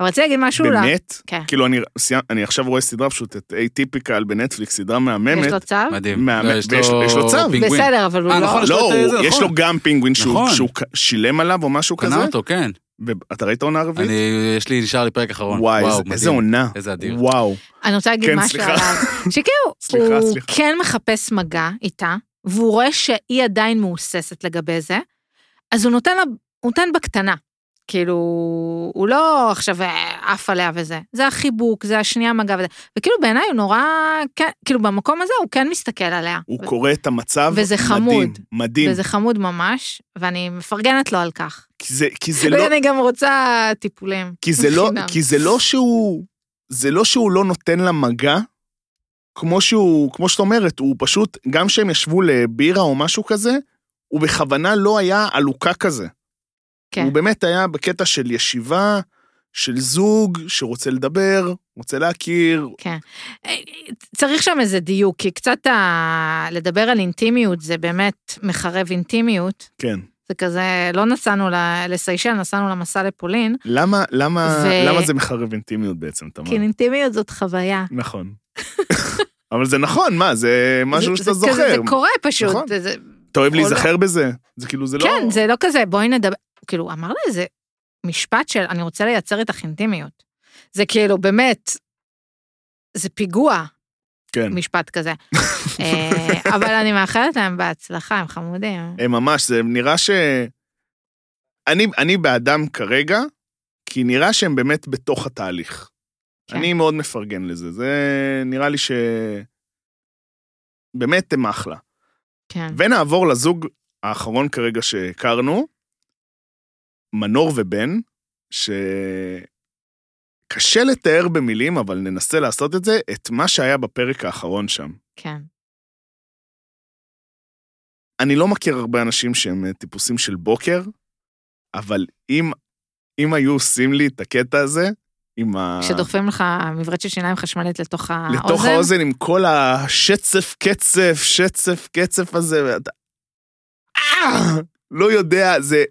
B: אבל רציתי להגיד משהו ל...
A: באמת?
B: כן.
A: כאילו, אני סיימ- אני עכשיו רואה סדרה פשוט, את אייטיפיקל בנטפליקס, סדרה
B: יש
A: מהממת.
B: לו צב?
C: מדהים.
A: מה-
C: לא,
A: ויש לו- יש לו צו.
C: פינגווין.
B: בסדר, אבל הוא
C: אה,
B: לא...
C: נכון, יש לו
A: לא,
C: את זה,
A: הוא- יש
C: נכון.
A: לו גם פינגווין שהוא
C: נכון.
A: שהוא ק- שילם עליו או משהו כזה.
C: קנה אותו, כן.
A: ואתה ראית עונה רביעית?
C: אני, יש לי, נשאר לי פרק אחרון.
A: וואי,
C: וואו,
A: איזה-
C: מדהים.
A: איזה עונה.
C: איזה אדיר.
A: וואו.
B: אני רוצה להגיד
A: כן,
B: משהו
A: סליחה.
B: עליו. שכאילו,
A: סליחה,
B: הוא
A: סליחה.
B: כן מחפש מגע איתה, והוא רואה שהיא עדיין מהוססת לגבי זה, אז הוא נותן לה, הוא נותן בקטנה. כאילו, הוא לא עכשיו אה, עף עליה וזה. זה החיבוק, זה השנייה מגע וזה. וכאילו בעיניי הוא נורא, כן, כאילו במקום הזה הוא כן מסתכל עליה.
A: הוא
B: ו-
A: קורא את המצב.
B: וזה
A: מדהים,
B: חמוד.
A: מדהים.
B: וזה חמוד ממש, ואני מפרגנת לו על כך.
A: כי זה- כי זה לא...
B: ואני גם רוצה טיפולים.
A: כי זה לא,
B: בחינם.
A: כי זה לא שהוא, זה לא שהוא לא נותן לה מגע, כמו שהוא, כמו שאת אומרת, הוא פשוט, גם כשהם ישבו לבירה או משהו כזה, הוא בכוונה לא היה עלוקה כזה.
B: כן.
A: הוא באמת היה בקטע של ישיבה, של זוג שרוצה לדבר, רוצה להכיר.
B: אה, צריך שם איזה דיוק, כי קצת ה... לדבר על אינטימיות זה באמת מחרב אינטימיות.
A: כן.
B: זה כזה, לא נסענו ל- לסיישל, נסענו למסע לפולין,
A: למה, למה,
B: ו-
A: למה זה מחרב אינטימיות בעצם, תמר?
B: כי אינטימיות זאת חוויה.
A: נכון. אבל זה נכון, מה, זה משהו
B: זה-
A: שאתה
B: זה כזה,
A: זוכר.
B: זה קורה פשוט.
A: נכון.
B: זה- זה-
A: אתה אוהב
B: או לא.
A: להיזכר בזה? זה כאילו, זה לא...
B: כן, זה לא כזה, בואי נדבר. כאילו, אמר לה איזה משפט של, אני רוצה לייצר איתך אינטימיות. זה כאילו, באמת, זה פיגוע,
A: כן.
B: משפט כזה. אה, אבל אני מאחלת להם בהצלחה, הם חמודים.
A: הם אה, ממש, זה נראה ש... אני, אני באדם כרגע, כי נראה שהם באמת בתוך התהליך.
B: כן.
A: כן. אני מאוד מפרגן לזה, זה נראה לי ש... באמת הם אחלה.
B: כן.
A: ונעבור לזוג האחרון כרגע שהכרנו, מנור ובן, שקשה לתאר במילים, אבל ננסה לעשות את זה, את מה שהיה בפרק האחרון שם.
B: כן.
A: אני לא מכיר הרבה אנשים שהם אה, טיפוסים של בוקר, אבל אם, אם היו עושים לי את הקטע הזה, עם ה...
B: כשדוחפים לך מברט של שיניים חשמלית לתוך האוזן.
A: אה. לתוך האוזן עם כל השצף קצף, שצף קצף הזה, ואתה... אה! לא יודע, זה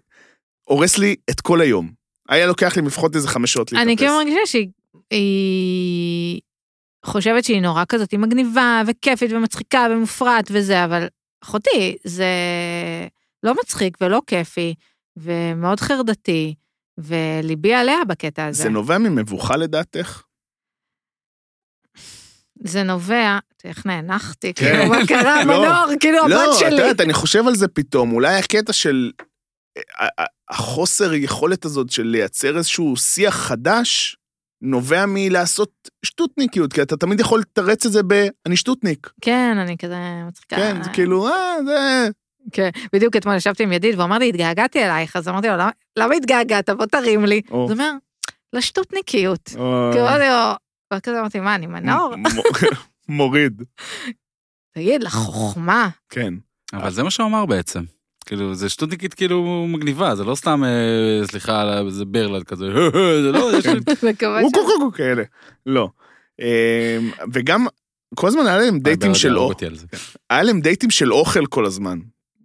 A: הורס לי את כל היום. היה לוקח לי לפחות איזה חמש שעות להתאפס.
B: אני כאילו מרגישה שהיא היא חושבת שהיא נורא כזאת, היא מגניבה וכיפית ומצחיקה ומופרעת וזה, אבל אחותי, זה לא מצחיק ולא כיפי, ומאוד חרדתי, וליבי עליה בקטע הזה.
A: זה נובע ממבוכה לדעתך?
B: זה נובע, איך נאנחתי,
A: כן.
B: כאילו, מה קרה,
A: לא.
B: מנור, כאילו הבת
A: לא, את
B: שלי.
A: יודעת, אני חושב על זה פתאום, אולי הקטע של אה, אה, החוסר יכולת הזאת של לייצר איזשהו שיח חדש, נובע מלעשות שטותניקיות, כי אתה תמיד יכול לתרץ את זה ב... אני שטותניק.
B: כן, אני כזה מצחיקה.
A: כן, זה כאילו, אה, זה...
B: כן, בדיוק אתמול ישבתי עם ידיד, והוא אמר לי, התגעגעתי אלייך, אז אמרתי לו, "למה- למה התגעגעת? בוא תרים לי.
A: או,
B: אז הוא אומר, לשטותניקיות.
A: או,
B: כאילו, אני לא- ואז כזה אמרתי, מה, אני מנור?
A: מ- מ- מוריד,
B: תגיד, לחוכמה.
A: כן.
C: אבל זה מה שהוא אמר בעצם. כאילו, זה שטותניקית כאילו מגניבה, זה לא סתם, אה, סליחה, על ה- זה ברלד כזה,
A: כן,
C: זה לא, יש לי...
B: מקווה
A: ווקו
B: ש...
A: קוקו כאלה. לא. אמ, וגם כל הזמן היה להם דייטים של
C: הרגע,
A: אוכל,
C: הרגתי לא על זה.
A: היה להם דייטים של אוכל כל הזמן.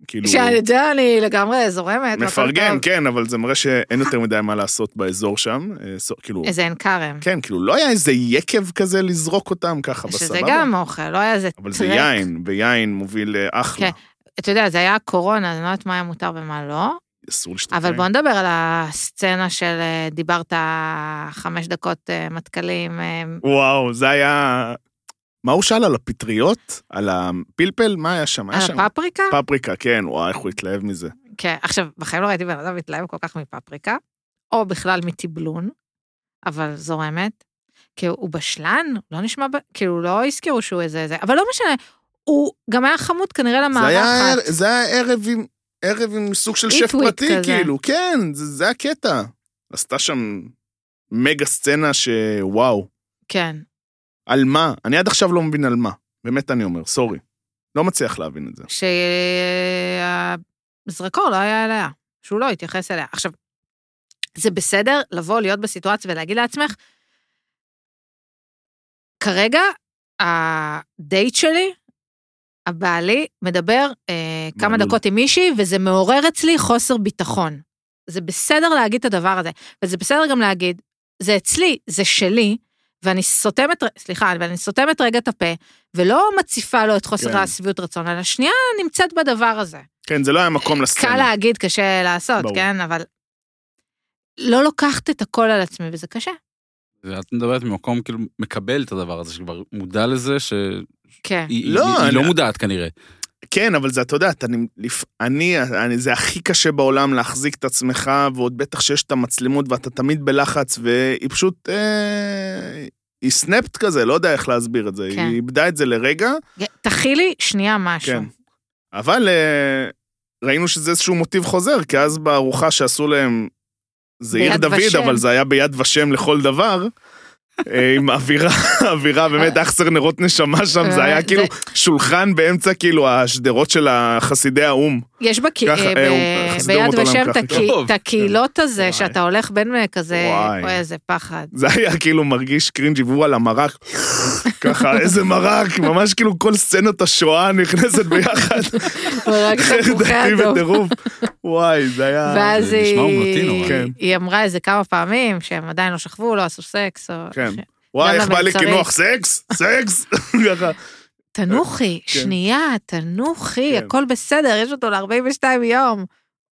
A: כאילו,
B: שאת זה אני לגמרי זורמת. הכל
A: מפרגן,
B: טוב.
A: כן, אבל זה מראה שאין יותר מדי מה לעשות באזור שם. אה, סו- כאילו,
B: איזה עין כרם.
A: כן, כאילו, לא היה איזה יקב כזה לזרוק אותם ככה בסבבה.
B: שזה גם אוכל, לא היה איזה טרק.
A: אבל זה יין, ויין מוביל אה, אחלה.
B: כן. אתה יודע, זה היה קורונה, אז אני לא יודעת מה היה מותר ומה לא,
A: אסור לשתות
B: אבל
A: יין.
B: בוא נדבר על הסצנה של אה, דיברת חמש דקות אה, מטכלים. אה,
A: וואו, זה היה... מה הוא שאל על הפטריות? על הפלפל? מה היה שם? היה
B: על
A: שם
B: הפפריקה?
A: פפריקה, כן, וואי, איך הוא התלהב מזה.
B: כן, עכשיו, בחיים לא ראיתי בן אדם מתלהב כל כך מפפריקה, או בכלל מטבלון, אבל זורמת. כי הוא בשלן, לא נשמע, ב- כאילו לא הזכירו שהוא איזה, זה, אבל לא משנה, הוא גם היה חמוד כנראה
A: זה היה,
B: למערכת.
A: זה היה ערב, עם, ערב עם סוג של שף
B: Eat with
A: פרטי,
B: כזה.
A: כאילו, כן, זה, זה הקטע. עשתה שם מגה סצנה שוואו,
B: כן.
A: על מה? אני עד עכשיו לא מבין על מה. באמת אני אומר, סורי. לא מצליח להבין את זה.
B: שהזרקור לא היה אליה, שהוא לא התייחס אליה. עכשיו, זה בסדר לבוא, להיות בסיטואציה ולהגיד לעצמך, כרגע הדייט שלי, הבעלי, מדבר אה, כמה
A: מעלול.
B: דקות עם מישהי, וזה מעורר אצלי חוסר ביטחון. זה בסדר להגיד את הדבר הזה, וזה בסדר גם להגיד, זה אצלי, זה שלי, ואני סותמת, ר- סליחה, ואני סותמת רגע את הפה, ולא מציפה לו את חוסר
A: כן.
B: כן. השביעות רצון, אלא שנייה נמצאת בדבר הזה.
A: כן, זה לא היה מקום
B: קל
A: לסצנה.
B: להגיד, קשה לעשות,
A: ברור.
B: כן? אבל לא לוקחת את הכל על עצמי, וזה קשה.
C: ואת מדברת ממקום כאילו מקבל את הדבר הזה, שכבר מודע לזה, שהיא
B: כן.
A: לא,
C: היא- היא
A: אני-
C: לא מודעת כנראה.
A: כן, אבל זה, אתה יודע, אתה, נמ- לפ- אני, אני, זה הכי קשה בעולם להחזיק את עצמך, ועוד בטח שיש את המצלמות ואתה תמיד בלחץ, והיא פשוט, אה, היא סנפט כזה, לא יודע איך להסביר את זה.
B: כן.
A: היא איבדה את זה לרגע,
B: תכילי שנייה משהו.
A: כן. אבל אה, ראינו שזה איזשהו מוטיב חוזר, כי אז בארוחה שעשו להם, זה עיר
B: ביד
A: דוד,
B: ושם.
A: אבל זה היה ביד ושם לכל דבר. אה, עם אווירה, אווירה באמת אכסר נרות נשמה שם, זה היה
B: אה,
A: כאילו
B: זה-
A: שולחן באמצע כאילו השדרות של חסידי האו"ם.
B: יש בקי...
A: ככה, אה,
B: ב-
A: הוא- חסדום
B: ביד
A: אותו להם
B: ושם
A: ככה,
B: את הקי-
C: טוב.
B: את הקהילות הזה,
A: וואי.
B: שאתה הולך בין אה, כזה,
A: וואי.
B: אוי, איזה פחד.
A: זה היה כאילו מרגיש קרינג'י, והוא על המרק, ככה, איזה מרק, ממש כאילו כל סצנות השואה נכנסת ביחד,
B: רק תפוחי
A: דתי
B: אדום.
A: וטירוף. וואי, זה היה...
B: ואז
C: זה נשמע אומנותי
B: היא...
C: נורא.
A: כן.
B: היא אמרה איזה כמה פעמים שהם עדיין לא שכבו, לא עשו סקס, או...
A: כן. וואי, איך בא לי
B: למלצרית.
A: קינוח, סקס, סקס, ככה.
B: תנוחי, שנייה, תנוחי,
A: כן.
B: הכל בסדר, יש אותו ל-42 יום,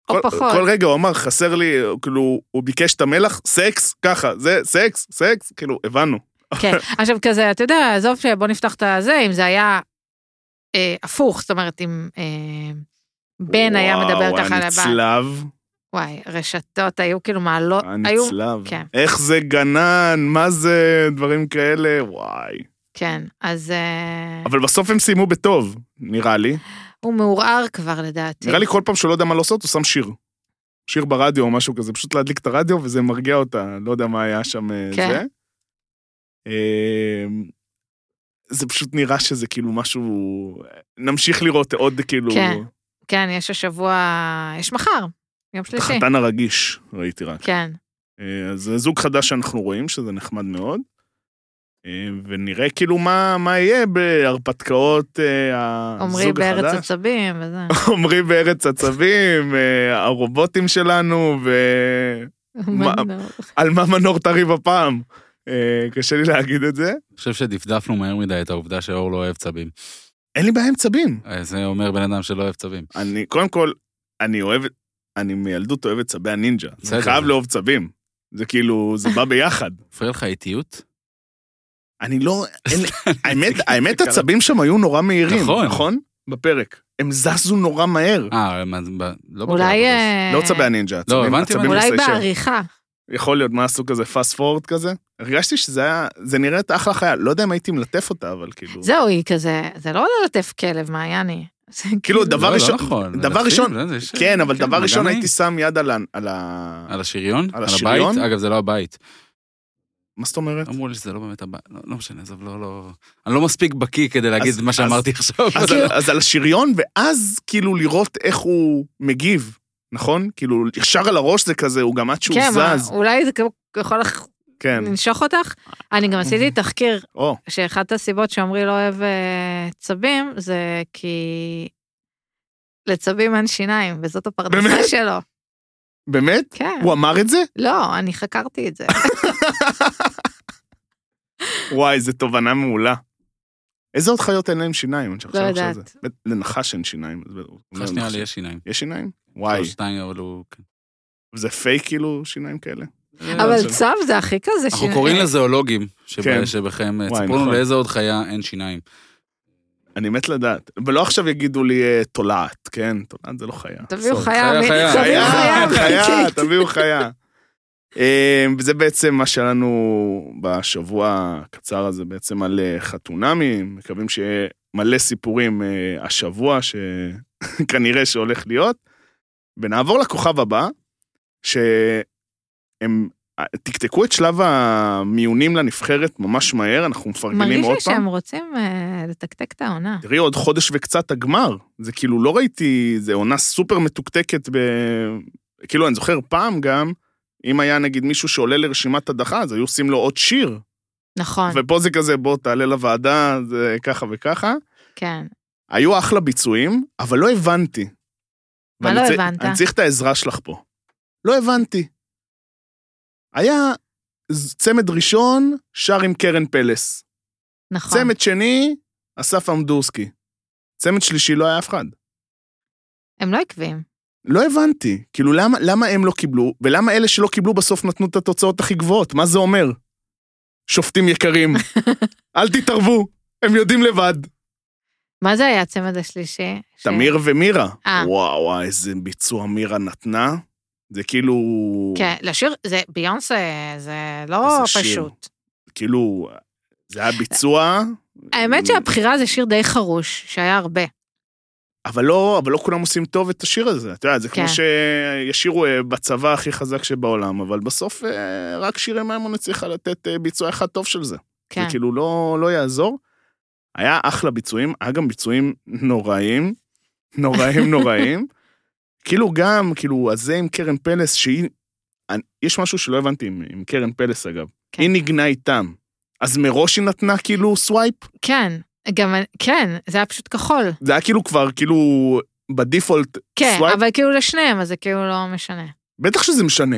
B: או
A: כל-
B: פחות.
A: כל רגע הוא אמר, חסר לי, כאילו, הוא ביקש את המלח, סקס, ככה, זה, סקס, סקס, כאילו, הבנו.
B: כן, עכשיו כזה, אתה יודע, עזוב שבוא נפתח את הזה, אם זה היה אה, הפוך, זאת אומרת, אם אה, בן היה מדבר ככה
A: וואו,
B: לבן.
A: הנצלב,
B: וואי, רשתות היו כאילו מעלות, היו,
A: הנצלב.
B: כן.
A: איך זה גנן, מה זה, דברים כאלה, וואי.
B: כן, אז אה,
A: אבל בסוף הם סיימו בטוב, נראה לי.
B: הוא מעורער כבר לדעתי.
A: נראה לי כל פעם שהוא לא יודע מה לעשות, הוא שם שיר. שיר ברדיו או משהו כזה, פשוט להדליק את הרדיו וזה מרגיע אותה, לא יודע מה היה שם אה,
B: כן.
A: זה. אמ, זה פשוט נראה שזה כאילו משהו... נמשיך לראות עוד כאילו...
B: כן, כן, יש השבוע, יש מחר, יום שלישי.
A: החתן הרגיש, ראיתי רק.
B: כן,
A: אה, אז זה זוג חדש שאנחנו רואים, שזה נחמד מאוד. אה, ונראה כאילו מה, מה יהיה בהרפתקאות אה, הזוג החדש.
B: עומרי בארץ עצבים וזה.
A: עומרי בארץ עצבים, אה, הרובוטים שלנו, ועל מה- מה מנור תריב הפעם. אה, קשה לי להגיד את זה.
C: אני חושב שדפדפנו מהר מדי את העובדה שאור לא אוהב צבים.
A: אין לי בעיה עם צבים.
C: אה, זה אומר בן אדם שלא אוהב צבים.
A: אני, קודם כל, אני אוהב, אני מילדות אוהב את צבי הנינג'ה. אני
C: בסדר.
A: חייב לאהוב צבים. זה כאילו, זה בא ביחד.
C: מפריע לך איטיות?
A: אני לא, אין, האמת, האמת הצבים שם היו נורא מהירים,
C: נכון.
A: נכון? בפרק. הם זזו נורא מהר.
C: אה, מה זה- ב- לא בטוח.
B: אולי...
C: אבל-
B: אה,
A: לא צבי הנינג'ה,
C: לא,
A: הצבים,
C: הבנתי,
A: הצבים
C: הבנתי.
B: אולי
A: מסיישר.
B: בעריכה.
A: יכול להיות מהסוג כזה פאסט פורוורד כזה. הרגשתי שזה היה, זה נראית אחלה חיה, לא יודע אם הייתי מלטף אותה, אבל כאילו...
B: זהו, היא כזה, זה לא ללטף כלב, מעייני. זה
A: כאילו, דבר
C: לא, לא
A: ראשון-
C: נכון.
A: דבר
C: מדווחים,
A: ראשון-
C: לא, זה יש-
A: כן, אבל דבר
C: מה,
A: ראשון
C: גם
A: הייתי
C: אני?
A: שם יד על ה... על ה...
C: על השריון? על
A: השריון?
C: הבית? אגב, זה לא הבית.
A: מה זאת אומרת?
C: אמרו לי שזה לא באמת הבעיה, לא, לא משנה, עזוב, לא, לא... אני לא מספיק בקיא כדי להגיד
A: אז-
C: מה
A: אז-
C: שאמרתי עכשיו.
A: אז על-
B: "אוקיי."
A: אז על השריון, ואז כאילו לראות איך הוא מגיב, נכון? כאילו, ישר על הראש זה כזה, הוא גם עד שהוא
B: כן, מה,
A: זז.
B: אולי זה כאילו יכול לח-
A: כן.
B: ננשוך אותך. אני גם עשיתי תחקיר
A: או,
B: שאחת הסיבות שעמרי לא אוהב אה, צבים, זה כי לצבים אין שיניים, וזאת הפרנסה
A: באמת?
B: שלו.
A: באמת?
B: כן.
A: הוא אמר את זה?
B: לא, אני חקרתי את זה.
A: וואי, זו תובנה מעולה. איזה עוד חיות אין להן שיניים? אני שחשב
B: לא
A: עכשיו על
B: יודעת.
A: זה. בט- לנחש אין שיניים. אז בטח-
C: לך שנייה לי יש שיניים.
A: יש שיניים? וואי,
C: לא שתיים, אבל הוא... כן.
A: זה פייק כאילו שיניים כאלה?
B: אבל
A: לא, זה-
B: צב זה הכי כזה אה,
C: אנחנו קוראים לזואולוגים שב-
A: כן.
C: שבכם,
A: וואי,
C: סיפרו לנו
A: נכון.
C: לאיזה עוד חיה אין שיניים.
A: אני מת לדעת. ולא עכשיו יגידו לי אה, תולעת, כן? תולעת זה לא חיה.
B: תביאו
C: סוד.
B: חיה,
C: חיה,
B: מי-
C: חיה.
B: תביאו חיה,
A: חיה,
B: אמיתית.
A: תביאו חיה. אה, וזה בעצם מה שהיה לנו בשבוע הקצר הזה, בעצם על אה, חתונמי, מקווים שיהיה מלא סיפורים אה, השבוע, שכנראה שהולך להיות. ונעבור לכוכב הבא, שהם אה, תקתקו את שלב המיונים לנבחרת ממש מהר, אנחנו מפרגנים
B: מרגיש
A: עוד
B: לי
A: פעם.
B: שהם רוצים אה, לתקתק את העונה.
A: תראי, עוד חודש וקצת הגמר. זה כאילו, לא ראיתי, זה עונה סופר מתוקתקת ב... כאילו, אני זוכר פעם גם, אם היה נגיד מישהו שעולה לרשימת הדחה, אז היו עושים לו עוד שיר.
B: נכון,
A: ופה זה כזה, בוא, תעלה לוועדה, זה ככה וככה.
B: כן.
A: היו אחלה ביצועים, אבל לא הבנתי.
B: מה
A: ואני
B: לא
A: צריך-
B: הבנת?
A: אני צריך את העזרה שלך פה. לא הבנתי. היה ז- צמד ראשון, שר עם קרן פלס.
B: נכון.
A: צמד שני, אסף עמדורסקי. צמד שלישי, לא היה אף אחד.
B: הם לא עקביים.
A: לא הבנתי, כאילו למה, למה הם לא קיבלו, ולמה אלה שלא קיבלו בסוף נתנו את התוצאות הכי גבוהות, מה זה אומר? שופטים יקרים, אל תתערבו, הם יודעים לבד.
B: כן. מה זה היה הצמד השלישי? ש-
A: תמיר ומירה.
B: אה.
A: וואו, וואו, איזה ביצוע מירה נתנה. זה כאילו,
B: כן, לשיר, זה ביונסה, זה לא
A: איזה שיר.
B: פשוט.
A: כאילו, זה היה ביצוע,
B: האמת שהבחירה זה שיר די חרוש, שהיה הרבה.
A: אבל לא, אבל לא כולם עושים טוב את השיר הזה. אתה יודע, זה כמו
B: כן.
A: שישירו אה, בצבא הכי חזק שבעולם, אבל בסוף אה, רק שירי מימון הצליחה לתת אה, ביצוע אחד טוב של זה. כן.
B: כן.
A: זה כאילו לא, לא יעזור. היה אחלה ביצועים, היה גם ביצועים נוראים, נוראים נוראים. כאילו גם, כאילו, הזה עם קרן פלס, שהיא... אני- יש משהו שלא הבנתי עם, עם קרן פלס, אגב.
B: כן.
A: כן. היא ניגנה איתם. אז מראש היא נתנה כאילו סווייפ?
B: כן, גם, כן, זה היה פשוט כחול.
A: זה היה כאילו כבר, כאילו, בדיפולט
B: כן,
A: סווייפ?
B: אבל כאילו לשניהם, אז זה כאילו לא משנה.
A: בטח שזה משנה.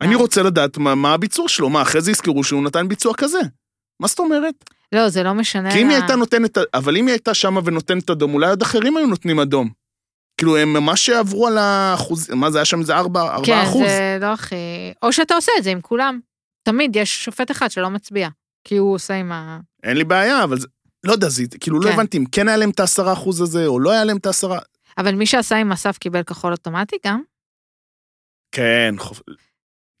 A: אני רוצה לדעת מה, מה הביצוע שלו, מה, אחרי זה יזכרו שהוא נתן ביצוע כזה. מה זאת אומרת?
B: לא, זה לא משנה.
A: כי אם היא
B: לה-
A: הייתה נותנת, אבל אם היא הייתה שמה ונותנת אדום, אולי עוד אחרים היו נותנים אדום. כאילו, הם ממש עברו על האחוז, מה זה היה שם? זה ארבע, ארבעה אחוז.
B: כן, זה לא הכי... או שאתה עושה את זה עם כולם. תמיד יש שופט אחד שלא מצביע, כי הוא עושה עם ה...
A: אין לי בעיה, אבל זה... לא יודע, זה, כאילו,
B: כן.
A: לא הבנתי אם כן היה להם את העשרה אחוז הזה, או לא היה להם את העשרה...
B: אבל מי שעשה עם אסף קיבל כחול אוטומטי גם,
A: כן, חופ...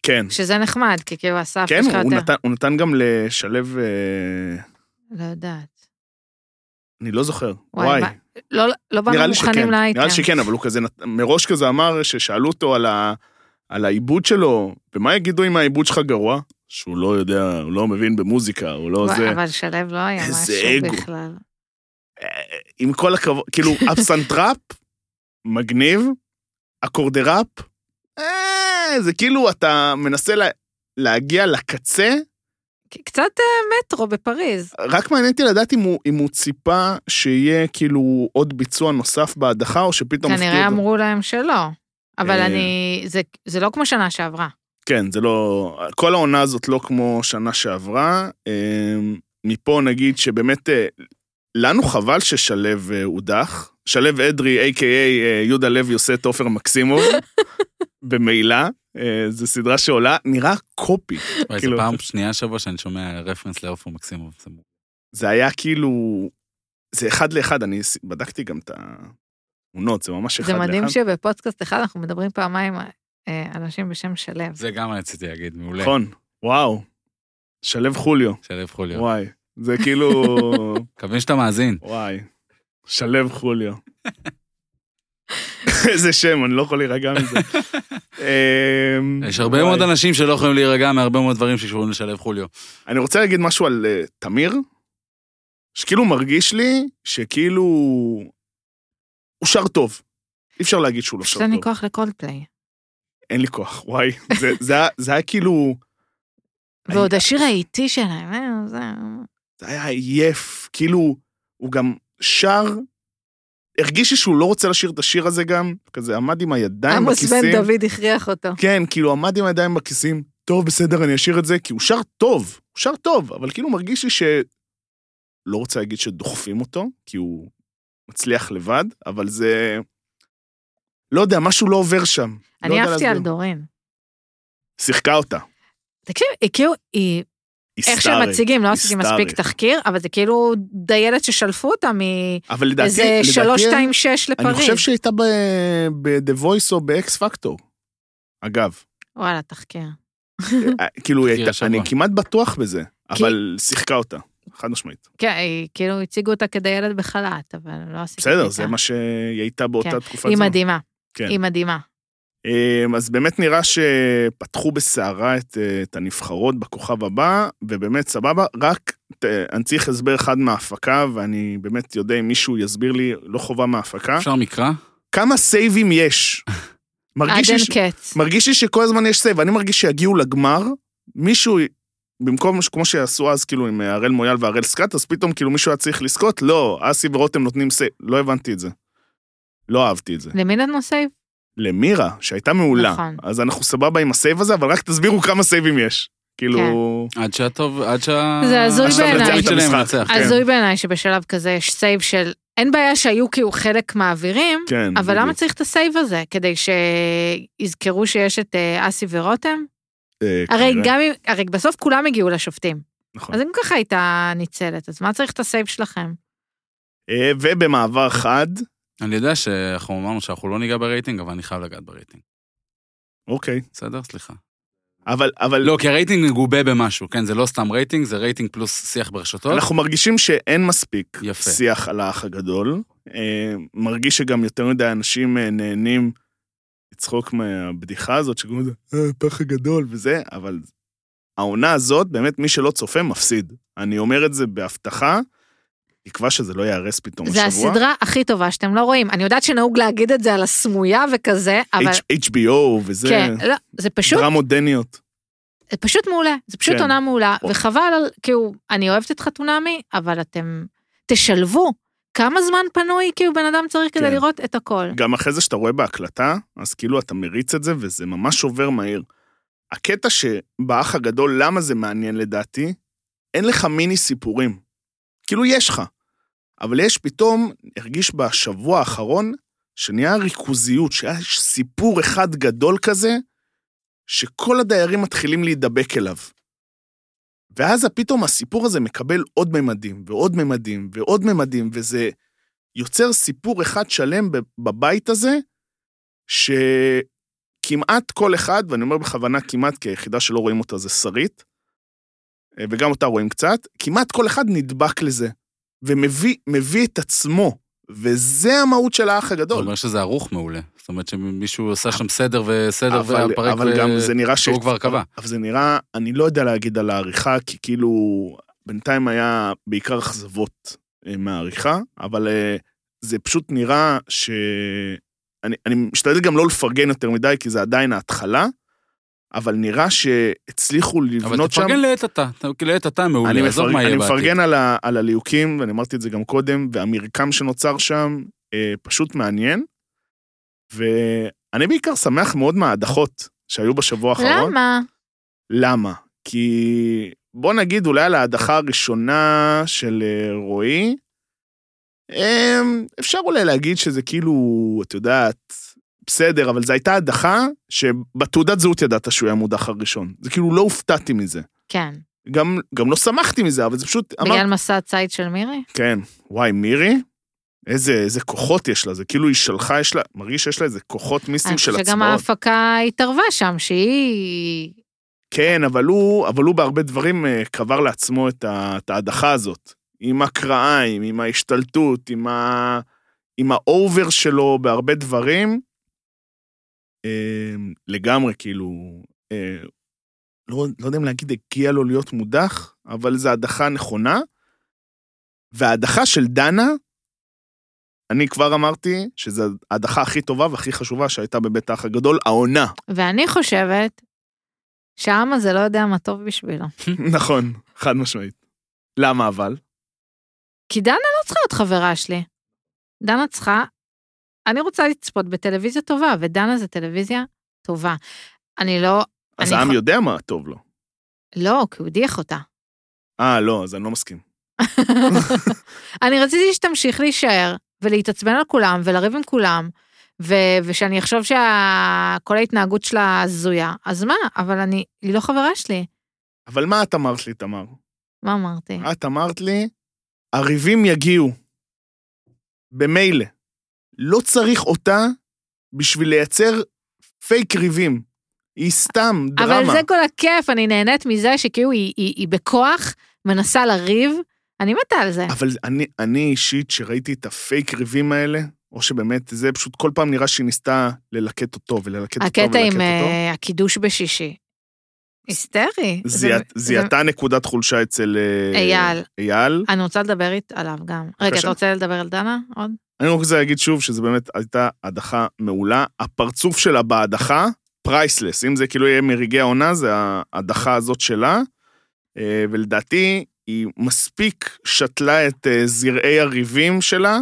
A: כן.
B: שזה נחמד, כי כאילו אסף
A: כן,
B: יש לך
A: הוא
B: יותר...
A: נתן, הוא נתן גם לשלב, אה,
B: לא יודעת.
A: אני לא זוכר.
B: וואי,
A: וואי.
B: מה- לא, לא באנו
A: נראה לי
B: מוכנים כן.
A: שכן,
B: לאייטם.
A: נראה לי שכן, אבל הוא כזה, נת- מראש כזה אמר, ששאלו אותו על, ה, על העיבוד שלו, ומה יגידו אם העיבוד שלך גרוע? שהוא לא יודע, הוא לא מבין במוזיקה, הוא לא
B: וואי,
A: זה.
B: אבל שלו לא היה
A: איזה
B: משהו
A: אגו.
B: בכלל.
A: אה, עם כל הכבוד, כאילו, הפסנתראפ, מגניב, אקורדראפ, אה, זה כאילו אתה מנסה לה, להגיע לקצה,
B: קצת אה, מטרו בפריז.
A: רק מעניין אותי לדעת אם הוא, אם הוא ציפה שיהיה כאילו עוד ביצוע נוסף בהדחה, או שפתאום... הפתיעו
B: כנראה
A: לא אותו.
B: אמרו להם שלא. אבל
A: אה.
B: אני... זה- זה לא כמו שנה שעברה.
A: כן, זה לא... כל העונה הזאת לא כמו שנה שעברה. אה, מפה נגיד שבאמת, אה, לנו חבל ששלו אה, הודח. שלו אדרי, a.k.a. אה, יהודה לוי עושה את עופר מקסימוב, במילא. אה, זו סדרה שעולה, נראה קופי.
C: וואי, זו
A: כאילו-
C: פעם שנייה השבוע שאני שומע רפרנס לעופר מקסימוב. זה מ-
A: זה היה כאילו... זה אחד לאחד, אני ס- בדקתי גם את התמונות, זה ממש אחד
B: זה
A: לאחד.
B: מדהים שבפודקאסט אחד אנחנו מדברים פעמיים אה, אנשים בשם שלו.
C: זה גם רציתי להגיד, מעולה.
A: נכון, וואו. שלו חוליו,
C: שלו חוליו.
A: וואי. זה כאילו...
C: מקווים שאתה מאזין.
A: וואי, שלו חוליו. איזה שם, אני לא יכול להירגע מזה. אמ,
C: יש הרבה
A: וואי. אה?
C: מאוד אנשים שלא יכולים להירגע מהרבה מאוד דברים שקשורים לשלו חוליו.
A: אני רוצה להגיד משהו על אה, תמיר, שכאילו מרגיש לי שכאילו... הוא שר טוב. אי אפשר להגיד שהוא לא שר טוב.
B: פשוט אין לי כוח לקולדפליי.
A: אין לי כוח, וואי. זה- זה היה- זה היה כאילו...
B: ועוד השיר האיטי שלהם, אה, זה...
A: זה היה עייף, כאילו, הוא גם שר, הרגיש לי שהוא לא רוצה לשיר את השיר הזה גם, כזה עמד אה, עם הידיים
B: עמוס
A: בכיסים.
B: בן דוד הכריח אותו.
A: כן, כאילו, עמד עם הידיים בכיסים, טוב, בסדר, אני אשאיר את זה, כי הוא שר טוב, הוא שר טוב, אבל כאילו מרגיש לי ש... לא רוצה להגיד שדוחפים אותו, כי הוא מצליח לבד, אבל זה... לא יודע, משהו לא עובר שם. לא
B: אני
A: יודע
B: עפתי על
A: להסביר.
B: דורין.
A: שיחקה אותה.
B: תקשיב, היא כאילו, היא, איך שהם
A: היסטרית.
B: מציגים, לא עשיתי
A: היסטרית.
B: מספיק תחקיר, אבל זה כאילו דיילת ששלפו אותה
A: אבל לדעתי,
B: מאיזה
A: לדעתי,
B: 326 לפריז.
A: אני חושב שהיא הייתה ב- ב-The Voice או ב-X Factor. אגב,
B: וואלה, תחקיר.
A: אה, כאילו, היא
C: תחקיר
A: הייתה-
C: השבוע.
A: אני כמעט בטוח בזה, אבל שיחקה אותה, חד משמעית.
B: כן, היא- כאילו הציגו אותה כדיילת בחל"ת, אבל לא עשיתי
A: בסדר,
B: איתה.
A: זה מה שהיא הייתה באותה
B: כן.
A: תקופת
B: היא מדהימה,
A: כן.
B: היא מדהימה.
A: אמ, אז באמת נראה שפתחו בסערה את, אה, את הנבחרות בכוכב הבא, ובאמת סבבה, רק ת- אני צריך הסבר אחד מההפקה, ואני באמת יודע אם מישהו יסביר לי, לא חובה מההפקה,
C: אפשר מקרא?
A: כמה סייבים יש. מרגיש לי,
B: עדן
A: ש...
B: קץ.
A: מרגיש לי שכל הזמן יש סייב, אני מרגיש שיגיעו לגמר, מישהו, במקום, ש- כמו שעשו אז כאילו עם אה, הראל מויאל והראל סקאט, אז פתאום כאילו מישהו היה צריך לזכות, לא, אסי ורותם נותנים סייב, לא הבנתי את זה. לא אהבתי את זה.
B: למי נתנו סייב?
A: כן. למירה, שהייתה מעולה.
B: נכון.
A: אז אנחנו סבבה עם הסייב הזה, אבל רק תסבירו כמה סייבים יש. כאילו...
C: עד שהטוב, עד שה...
B: זה הזוי
C: עד שהמנצח
B: בעיניי.
C: שלהם
A: המשחק,
C: מנצח,
A: כן.
B: הזוי בעיניי שבשלב כזה יש סייב של... אין בעיה שהיו כאילו חלק מעבירים,
A: כן,
B: אבל למה
A: בדיוק.
B: צריך את הסייב הזה? כדי שיזכרו שיש את אה, אסי ורותם?
A: אה,
B: הרי
A: כנראה,
B: גם אם... הרי בסוף כולם הגיעו לשופטים.
A: נכון.
B: אז אם ככה הייתה ניצלת, אז מה צריך את הסייב שלכם?
A: אה, ובמעבר חד,
C: אני יודע שאנחנו אמרנו שאנחנו לא ניגע ברייטינג, אבל אני חייב לגעת ברייטינג.
A: אוקיי.
C: בסדר? סליחה.
A: אבל, אבל
C: לא, כי הרייטינג מגובה במשהו, כן? זה לא סתם רייטינג, זה רייטינג פלוס שיח ברשתות.
A: אנחנו מרגישים שאין מספיק
C: לא. יפה.
A: שיח על האח הגדול. אה, מרגיש שגם יותר מדי אנשים אה, נהנים לצחוק מהבדיחה הזאת, שקוראים לזה, אה, הפח הגדול וזה, אבל העונה הזאת, באמת, מי שלא צופה, מפסיד. אני אומר את זה בהבטחה, תקווה שזה לא ייהרס פתאום
B: זה
A: השבוע.
B: הסדרה הכי טובה שאתם לא רואים. אני יודעת שנהוג להגיד את זה על הסמויה וכזה, אבל...
A: H- HBO וזה,
B: כן, לא, זה פשוט,
A: דרמות דניות.
B: זה פשוט מעולה, זה פשוט
A: כן.
B: עונה מעולה,
A: או-
B: וחבל על, כאילו, אני אוהבת את חתונמי, אבל אתם, תשלבו. כמה זמן פנוי, כאילו, בן אדם צריך כדי
A: כן.
B: לראות את הכל.
A: גם אחרי זה שאתה רואה בהקלטה, אז כאילו אתה מריץ את זה, וזה ממש עובר מהר. הקטע שבאח הגדול, למה זה מעניין לדעתי, אין לך מיני סיפורים. כאילו יש לך. אבל יש פתאום, הרגיש בשבוע האחרון, שנהיה ריכוזיות, שהיה סיפור אחד גדול כזה, שכל הדיירים מתחילים להידבק אליו. ואז פתאום הסיפור הזה מקבל עוד ממדים, ועוד ממדים, ועוד ממדים, וזה יוצר סיפור אחד שלם בב- בבית הזה, שכמעט כל אחד, ואני אומר בכוונה כמעט, כי היחידה שלא רואים אותה זה שרית, אה, וגם אותה רואים קצת, כמעט כל אחד נדבק לזה, ומביא מביא את עצמו, וזה המהות של האח
C: זה
A: הגדול.
C: אומר שזה ערוך מעולה. זאת אומרת שמישהו עשה שם סדר וסדר
A: אבל,
C: והפרק...
A: אבל
C: ו-
A: גם זה נראה ש...
C: שהוא כבר קבע.
A: אבל זה נראה, אני לא יודע להגיד על העריכה, כי כאילו, בינתיים היה בעיקר אכזבות אה, מהעריכה, אבל אה, זה פשוט נראה ש... אני, אני משתדל גם לא לפרגן יותר מדי, כי זה עדיין ההתחלה, אבל נראה שהצליחו
C: אבל
A: לבנות שם...
C: תפרגן לעת עתה, ת- לעת עתה מעולה,
A: אני,
C: עזוב
A: מפרג...
C: מה
A: אני
C: יהיה
A: מפרגן
C: בעתיד.
A: על, ה... על הליהוקים, ואני אמרתי את זה גם קודם, והמרקם שנוצר שם אה, פשוט מעניין. ואני בעיקר שמח מאוד מההדחות שהיו בשבוע האחרון.
B: למה?
A: למה? כי בוא נגיד אולי על ההדחה הראשונה של אה, רועי, אמ, אפשר אולי להגיד שזה כאילו, את יודעת, בסדר, אבל זו הייתה הדחה שבתעודת זהות ידעת שהוא היה מודח הראשון. זה כאילו לא הופתעתי מזה.
B: כן.
A: גם, גם לא שמחתי מזה, אבל זה פשוט... אמרתי-
B: בגלל מסע הציד של מירי?
A: כן, וואי, מירי, איזה, איזה כוחות יש לה, זה כאילו היא שלחה, יש לה, מרגיש שיש לה איזה כוחות מיסטיים
B: אני
A: של
B: חושבת שגם
A: עצמאות.
B: ההפקה התערבה שם, שהיא...
A: כן, אבל הוא, אבל הוא בהרבה דברים אה, קבר לעצמו את ה- את ההדחה הזאת. עם הקרעיים, עם ההשתלטות, עם, ה... עם האובר שלו בהרבה דברים. אה, לגמרי, כאילו, אה, לא, לא יודע אם להגיד, הגיע לו להיות מודח, אבל זו הדחה נכונה. וההדחה של דנה, אני כבר אמרתי שזו ההדחה הכי טובה והכי חשובה שהייתה בבית האח הגדול, העונה.
B: ואני חושבת שהעם הזה לא יודע מה טוב בשבילו.
A: נכון, חד משמעית. למה אבל?
B: כי דנה לא צריכה להיות חברה שלי. דנה צריכה, אני רוצה לצפות בטלוויזיה טובה, ודנה זה טלוויזיה טובה. אני לא,
A: אז
B: אני
A: העם
B: ח-
A: יודע מה טוב לו.
B: לא, כי הוא הדיח אותה.
A: אה, לא, אז אני לא מסכים.
B: אני רציתי שתמשיך להישאר ולהתעצבן על כולם ולריב עם כולם, ו- ושאני אחשוב שכל ההתנהגות שלה הזויה. אז מה? אבל אני, היא לא חברה שלי.
A: אבל מה את אמרת לי, תמר?
B: מה אמרתי?
A: את אמרת לי, הריבים יגיעו. במילא. לא צריך אותה בשביל לייצר פייק ריבים. היא סתם דרמה.
B: אבל זה כל הכיף, אני נהנית מזה שכאילו היא, היא, היא בכוח מנסה לריב, אני מתה על זה.
A: אבל אני, אני אישית, שראיתי את הפייק ריבים האלה, או שבאמת, זה פשוט כל פעם נראה שהיא ניסתה ללקט אותו וללקט אותו
B: הקטע
A: וללקט
B: עם
A: אותו.
B: אה, הקידוש בשישי. היסטרי. זה-
A: זיהת-
B: זה-
A: זיהתה נקודת חולשה אצל אה,
B: אייל.
A: אייל.
B: אני רוצה לדבר אית- עליו גם. רגע, אתה
A: בבקשה.
B: רוצה לדבר על דנה עוד?
A: אני רק רוצה להגיד שוב שזה באמת הייתה הדחה מעולה. הפרצוף שלה בהדחה, פרייסלס. אם זה כאילו יהיה מרגעי העונה, זה ההדחה הזאת שלה. אה, ולדעתי, היא מספיק שתלה את אה, זרעי הריבים שלה,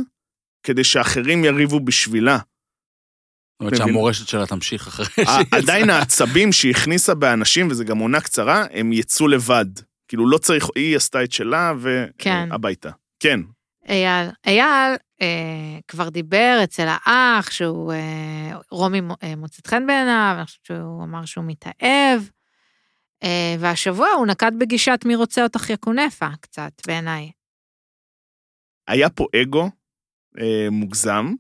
A: כדי שאחרים יריבו בשבילה.
C: זאת אומרת
A: מבין.
C: שהמורשת שלה תמשיך אחרי שהיא
A: ה-
C: יצאה.
A: עדיין העצבים שהיא הכניסה באנשים, וזו גם עונה קצרה, הם יצאו לבד. כאילו, לא צריך, היא עשתה את שלה,
B: כן.
A: והביתה. כן.
B: אייל. אייל אה, כבר דיבר אצל האח, שהוא... אה, רומי מו- אה, מוצאת חן בעיניו, אני חושבת שהוא אמר שהוא מתאהב. אה, והשבוע הוא נקט בגישת מי רוצה אותך יקונפה, קצת, בעיניי.
A: היה פה אגו אה, מוגזם,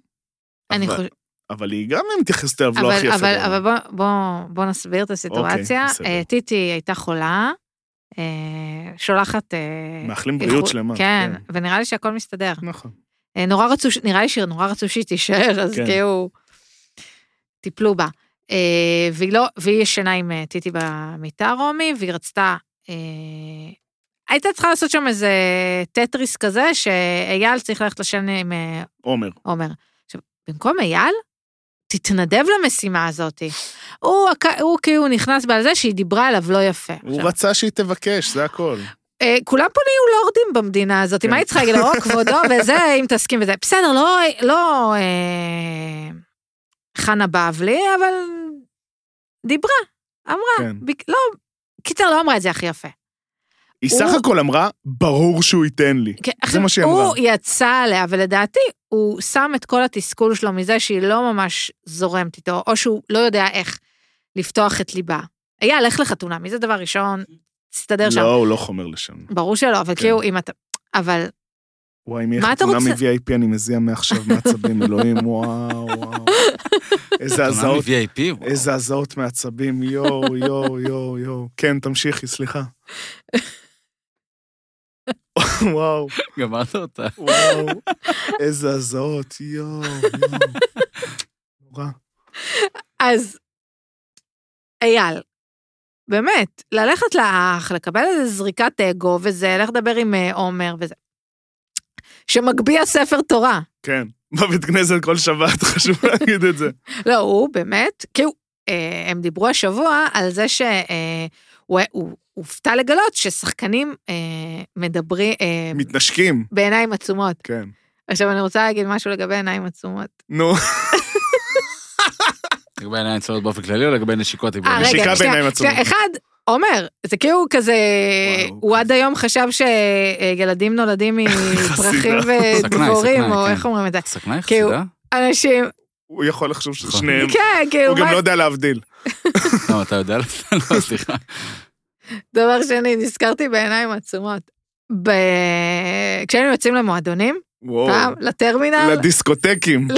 B: אני
A: אבל-
B: חוש-
A: אבל היא גם מתייחסת אליו לא
B: אבל-
A: הכי יפה.
B: אבל,
A: בעולם. אוקיי,
B: אבל בוא, בוא, בוא נסביר את הסיטואציה.
A: בסדר.
B: אה, טיטי הייתה חולה, אה, שולחת... אה,
A: מאחלים בריאות
B: איחו-
A: שלמה.
B: כן, ונראה לי שהכל מסתדר.
A: נכון.
B: אה, נורא רצו, ש- נראה לי שנורא רצו שהיא תישאר, אז
A: כן.
B: כאילו... טיפלו בה. אה, והיא לא, והיא ישנה עם אה, טיטי במיטה, רומי, והיא רצתה... אה, הייתה צריכה לעשות שם איזה טטריס כזה, שאייל צריך ללכת לשן עם אה,
A: עומר.
B: עומר. עכשיו, במקום אייל, תתנדב למשימה הזאת. הוא, הק- הוא כאילו נכנס בה על זה שהיא דיברה עליו לא יפה.
A: הוא
B: עכשיו,
A: רצה שהיא תבקש, זה הכל.
B: אה, כולם פה נהיו לורדים במדינה הזאת,
A: כן.
B: מה היא צריכה להגיד לו, "או, כבודו, וזה, אם תסכים וזה. בסדר, לא, לא אה, חנה בבלי, אבל דיברה, אמרה.
A: כן.
B: ביק- לא, קיצר, לא אמרה את זה הכי יפה.
A: היא סך
B: הוא-
A: הכל אמרה, ברור שהוא ייתן לי.
B: כן, עכשיו,
A: מה שהיא אמרה.
B: הוא יצא עליה, ולדעתי הוא שם את כל התסכול שלו מזה שהיא לא ממש זורמת איתו, או שהוא לא יודע איך לפתוח את ליבה. אייל, לך לחתונה, מי זה דבר ראשון? תסתדר שם.
A: לא, הוא לא חומר לשם.
B: ברור שלא, אבל
A: כן.
B: כאילו, אם אתה... אבל
A: וואי, אם יהיה
B: מה אתה
A: חתונה
B: רוצה?
A: מ-VIP, אני מזיע מעכשיו מעצבים, אלוהים, וואו, וואו. איזה
C: חתונה
A: הזעות,
C: מ-VIP. וואו.
A: איזה הזעות מעצבים, יואו, יואו, יואו, יואו. כן, תמשיכי, סליחה. וואו,
C: גמרת אותה.
A: וואו, איזה הזעות, יואו, יואו. נורא.
B: אז, אייל, באמת, ללכת לאח, לקבל איזה זריקת אגו וזה, לך לדבר עם אה, עומר וזה. שמגביה ספר תורה.
A: כן, בבית כנסת כל שבת, חשוב להגיד את זה.
B: לא, הוא באמת, כאילו, אה, הם דיברו השבוע על זה שהוא אה, הוא- הוא הופתע לגלות ששחקנים אה, מדברים אה,
A: מתנשקים,
B: בעיניים עצומות.
A: כן.
B: עכשיו, אני רוצה להגיד משהו לגבי עיניים עצומות.
A: נו,
C: לגבי עיניים צולות באופן כללי או לגבי נשיקות? עם
B: אה,
C: נשיקה?
B: רגע,
A: נשיקה
B: שנייה,
A: בעיניים עצומות.
B: שנייה, אחד, עומר, זה כאילו כזה,
A: וואו,
B: הוא עד היום חשב שילדים נולדים מפרחים ודבורים,
C: סכנאי,
B: או
C: כן.
B: איך אומרים את זה?
C: סכנה אה?
B: כאילו-
C: יחסידה?
B: אנשים,
A: הוא יכול לחשוב שזה
C: נכון.
A: שניהם.
B: כן, כאילו,
A: הוא גם
B: מה-
A: לא יודע להבדיל.
C: למה אתה יודע? לא, סליחה.
A: אה.
B: דבר שני, נזכרתי בעיניים עצומות. ב... כשהיינו יוצאים למועדונים,
A: וואו.
B: פעם, לטרמינל,
A: לדיסקוטקים,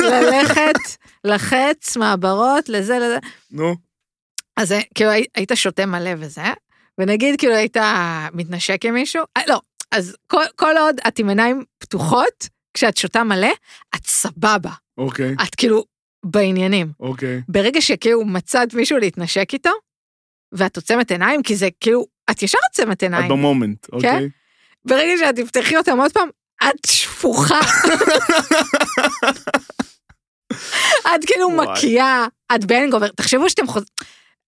B: ללכת, לחץ, מעברות, לזה, לזה.
A: נו.
B: אז אה, כאילו הי- היית שותה מלא וזה, ונגיד כאילו היית מתנשק עם מישהו, אה, לא, אז כל, כל עוד את עם עיניים פתוחות, כשאת שותה מלא, את סבבה,
A: אוקיי,
B: את כאילו בעניינים.
A: אוקיי.
B: ברגע שכאילו מצאת מישהו להתנשק איתו, ואת עוצמת עיניים, כי זה כאילו, את ישר עוצמת
A: את
B: עיניים. כן?
A: במומנט, אוקיי.
B: ברגע שאת תפתחי אותם עוד פעם, את שפוכה. את כאילו
A: וואי.
B: מקיאה, את בן גובר. תחשבו שאתם חוז...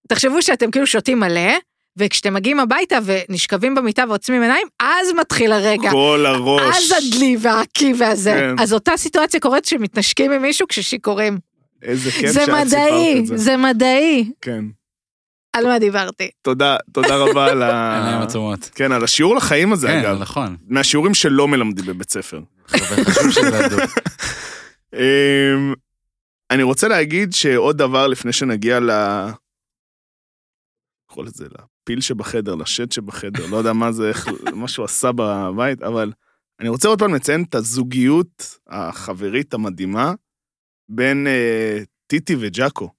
B: תחשבו שאתם כאילו שותים מלא, וכשאתם מגיעים הביתה ונשכבים במיטה ועוצמים עיניים, אז מתחיל הרגע.
A: כל הראש.
B: אז הדלי והקי והזה.
A: כן.
B: אז אותה סיטואציה קורית שמתנשקים עם מישהו כששיכורים.
A: איזה כיף
B: זה
A: שאת כן, סיפרת
B: מדעי,
A: את זה.
B: זה מדעי.
A: כן.
B: על מה דיברתי?
A: תודה, תודה רבה על
C: עיניים
A: ה...
C: עצומות.
A: כן, על השיעור לחיים הזה,
C: כן,
A: אגב.
C: נכון.
A: מהשיעורים שלא מלמדים בבית ספר.
C: חשוב שזה הדוק.
A: אמ, אני רוצה להגיד שעוד דבר לפני שנגיע ל... קורא לזה לפיל שבחדר, לשד שבחדר, לא יודע מה זה, איך, מה שהוא עשה בבית, אבל אני רוצה עוד פעם לציין את הזוגיות החברית המדהימה בין אה, טיטי וג'אקו.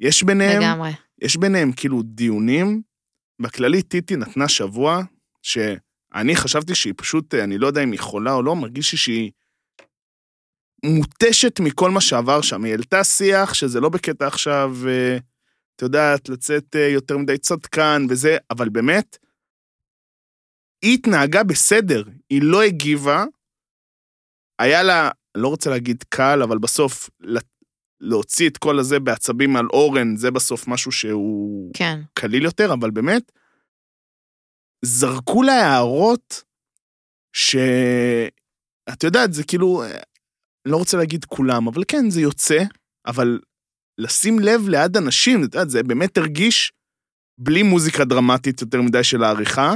A: יש ביניהם...
B: לגמרי.
A: יש ביניהם כאילו דיונים. בכללי טיטי נתנה שבוע שאני חשבתי שהיא פשוט, אה, אני לא יודע אם היא חולה או לא, מרגיש לי שהיא מותשת מכל מה שעבר שם. היא העלתה שיח שזה לא בקטע עכשיו, אה, את יודעת, לצאת אה, יותר מדי צדקן וזה, אבל באמת, היא התנהגה בסדר, היא לא הגיבה. היה לה, לא רוצה להגיד קל, אבל בסוף לה- להוציא את כל הזה בעצבים על אורן, זה בסוף משהו שהוא
B: כן.
A: קליל יותר, אבל באמת, זרקו לה הערות ש... את יודעת, זה כאילו, אה, לא רוצה להגיד כולם, אבל כן, זה יוצא, אבל לשים לב ליד אנשים, את יודעת, זה באמת הרגיש בלי מוזיקה דרמטית יותר מדי של העריכה.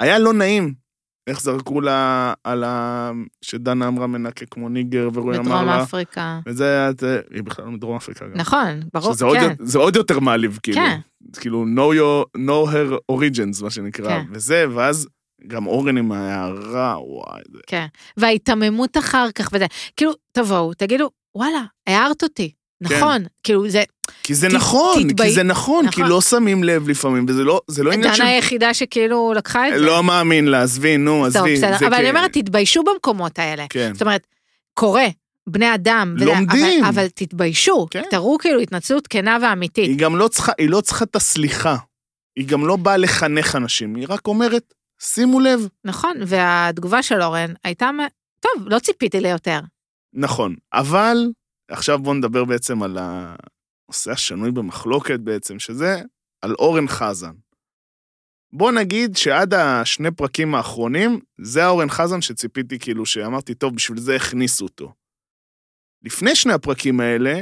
A: היה לא נעים. איך זרקו לה על ה... שדנה אמרה מנקה כמו ניגר, ורועי אמר
B: בדרום
A: לה...
B: אפריקה.
A: וזה היה... זה- היא בכלל לא מדרום אפריקה. גם.
B: נכון, ברור,
A: שזה עוד,
B: כן.
A: יותר- זה עוד יותר מעליב, כאילו.
B: כן.
A: זה כאילו, know, your, know her origins, מה שנקרא.
B: כן.
A: וזה, ואז גם אורן עם ההערה, וואי. זה-
B: וההיתממות אחר כך וזה. כאילו, תבואו, תגידו, וואלה, הערת אותי. נכון, כאילו זה
A: כי כן. זה
B: ת-
A: נכון,
B: תתבייש.
A: כי זה נכון, כי
B: נכון.
A: לא שמים לב לפעמים, וזה לא, זה לא עניין של...
B: דנה היחידה שכאילו לקחה את זה.
A: לא מאמין לה, עזבי, נו,
B: טוב,
A: עזבי.
B: בסדר,
A: זה
B: אבל
A: כ-
B: אני אומרת, תתביישו במקומות האלה.
A: כן.
B: זאת אומרת, קורה, בני אדם, וזה,
A: לומדים.
B: אבל, אבל תתביישו,
A: כן.
B: תראו כאילו התנצלות כנה ואמיתית.
A: היא גם לא צריכה, היא לא צריכה את הסליחה. היא גם לא באה לחנך אנשים, היא רק אומרת, שימו לב.
B: נכון, והתגובה של אורן הייתה, מ- טוב, לא ציפיתי ליותר.
A: נכון, אבל עכשיו בואו נדבר בעצם על הנושא השנוי במחלוקת בעצם, שזה על אורן חזן. בוא נגיד שעד השני פרקים האחרונים, זה האורן חזן שציפיתי כאילו, שאמרתי, טוב, בשביל זה הכניסו אותו. לפני שני הפרקים האלה,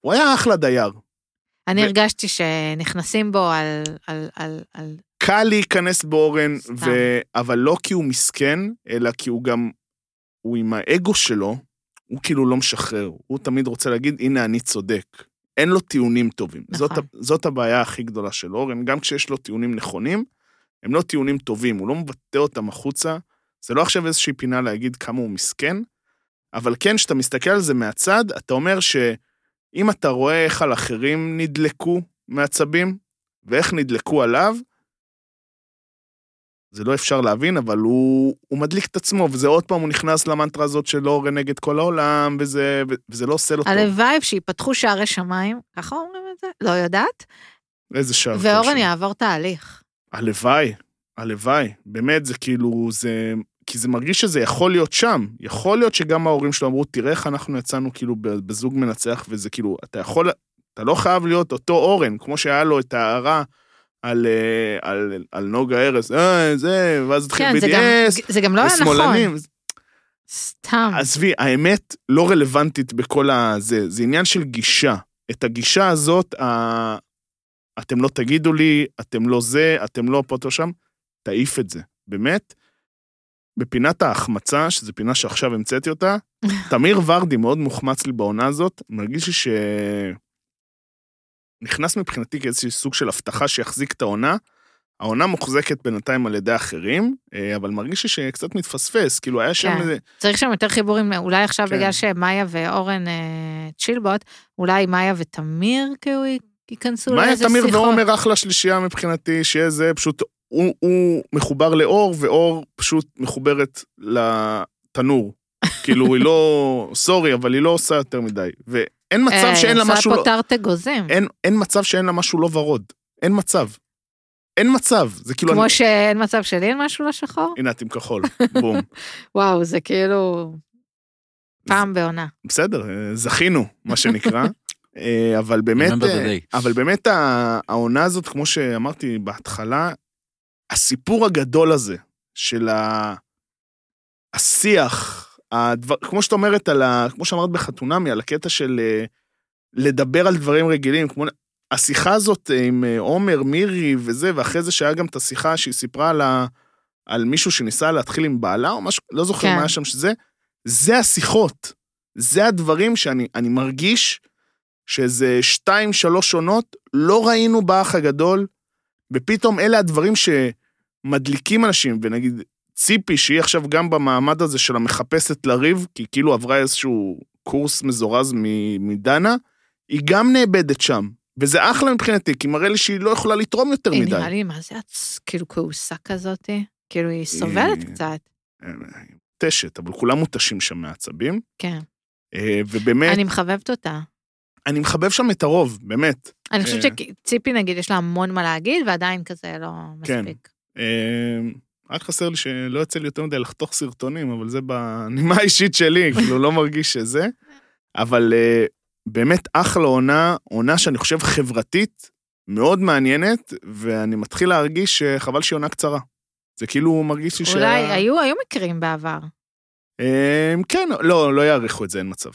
A: הוא היה אחלה דייר.
B: אני
A: ו-
B: הרגשתי שנכנסים בו על... על, על, על...
A: קל להיכנס באורן,
B: סתם.
A: ו... אבל לא כי הוא מסכן, אלא כי הוא גם, הוא עם האגו שלו, הוא כאילו לא משחרר. הוא תמיד רוצה להגיד, הנה, אני צודק. אין לו טיעונים טובים.
B: נכון.
A: זאת, ה- זאת הבעיה הכי גדולה של אורן. גם כשיש לו טיעונים נכונים, הם לא טיעונים טובים, הוא לא מבטא אותם החוצה. זה לא עכשיו איזושהי פינה להגיד כמה הוא מסכן, אבל כן, כשאתה מסתכל על זה מהצד, אתה אומר שאם אתה רואה איך על אחרים נדלקו מעצבים, ואיך נדלקו עליו, זה לא אפשר להבין, אבל הוא, הוא מדליק את עצמו, וזה עוד פעם, הוא נכנס למנטרה הזאת של אורן נגד כל העולם, וזה, ו- וזה לא עושה לו טוב.
B: הלוואי שיפתחו שערי שמיים, ככה אומרים את זה? לא יודעת.
A: איזה שער.
B: ואורן
A: כושר.
B: יעבור תהליך.
A: הלוואי, הלוואי. באמת, זה כאילו, זה... כי זה מרגיש שזה יכול להיות שם. יכול להיות שגם ההורים שלו אמרו, תראה איך אנחנו יצאנו כאילו ב- בזוג מנצח, וזה כאילו, אתה יכול, אתה לא חייב להיות אותו אורן, כמו שהיה לו את ההערה על, אה, על, על נוגה ארז, אה, זה, ואז התחיל
B: כן, זה גם,
A: BDS,
B: זה גם לא היה נכון.
A: ושמאלנים.
B: סתם.
A: עזבי, האמת לא רלוונטית בכל הזה, זה עניין של גישה. את הגישה הזאת, ה... אתם לא תגידו לי, אתם לא זה, אתם לא פה, לא שם, תעיף את זה. באמת, בפינת ההחמצה, שזו פינה שעכשיו המצאתי אותה, תמיר ורדי מאוד מוחמץ לי בעונה הזאת, מרגיש לי ש... נכנס מבחינתי כאיזשהו סוג של הבטחה שיחזיק את העונה. העונה מוחזקת בינתיים על ידי אחרים, אה, אבל מרגיש לי שקצת מתפספס, כאילו היה שם
B: כן.
A: איזה...
B: צריך שם יותר חיבורים, אולי עכשיו
A: כן.
B: בגלל שמאיה ואורן אה, צ'ילבוט, אולי מאיה ותמיר כאילו י- ייכנסו
A: מאיה
B: לאיזה שיחות.
A: תמיר ועומר אחלה שלישייה מבחינתי, שיהיה זה, פשוט הוא, הוא מחובר לאור, ואור פשוט מחוברת לתנור. כאילו, היא לא, סורי, אבל היא לא עושה יותר מדי. ואין מצב
B: אה,
A: שאין לה משהו,
B: עושה
A: לא,
B: פה תרתי גוזים.
A: אין, אין מצב שאין לה משהו לא ורוד. אין מצב. אין מצב. זה כאילו,
B: כמו
A: אני,
B: שאין מצב שלי אין משהו לא שחור.
A: הנה את עם כחול, בום.
B: וואו, זה כאילו... פעם בעונה.
A: בסדר, אה, זכינו, מה שנקרא. אה, אבל באמת,
C: Remember the
A: אה,
C: day.
A: אבל באמת ה- העונה הזאת, כמו שאמרתי בהתחלה, הסיפור הגדול הזה של ה- השיח, הדבר, כמו שאת אומרת על ה... כמו שאמרת בחתונמי, על הקטע של אה, לדבר על דברים רגילים, כמו... השיחה הזאת אה, עם אה, עומר, מירי וזה, ואחרי זה שהיה גם את השיחה שהיא סיפרה על, ה... על מישהו שניסה להתחיל עם בעלה או משהו, לא זוכר
B: כן.
A: כן. מה היה שם שזה, זה השיחות. זה הדברים שאני אני מרגיש שזה שתיים, שלוש עונות, לא ראינו באח הגדול, ופתאום אלה הדברים שמדליקים אנשים, ונגיד ציפי, שהיא עכשיו גם במעמד הזה של המחפשת לריב, כי היא כאילו עברה איזשהו קורס מזורז מ- מדנה, היא גם נאבדת שם. וזה אחלה מבחינתי, כי מראה לי שהיא לא יכולה לתרום יותר
B: היא
A: מדי.
B: אה, נראה לי, מה זה את כאילו כעוסה כזאת? כאילו, היא סובלת
A: היא-
B: קצת.
A: אה, מותשת, אבל כולם מותשים שם מעצבים.
B: כן.
A: אה, ובאמת, אני...
B: אני מחבבת אותה.
A: אני מחבב שם את הרוב, באמת.
B: אני חושבת
A: אה.
B: שציפי, נגיד, יש לה המון מה להגיד, ועדיין כזה לא
A: כן.
B: מספיק.
A: אה, רק חסר לי שלא יוצא לי יותר מדי לחתוך סרטונים, אבל זה בנימה האישית שלי, כאילו לא מרגיש שזה. אבל אה, באמת אחלה עונה, עונה שאני חושב חברתית, מאוד מעניינת, ואני מתחיל להרגיש שחבל שהיא עונה קצרה. זה כאילו מרגיש לי שה-
B: אולי היו היו מקרים בעבר.
A: אה, כן, לא, לא יעריכו את זה, אין מצב.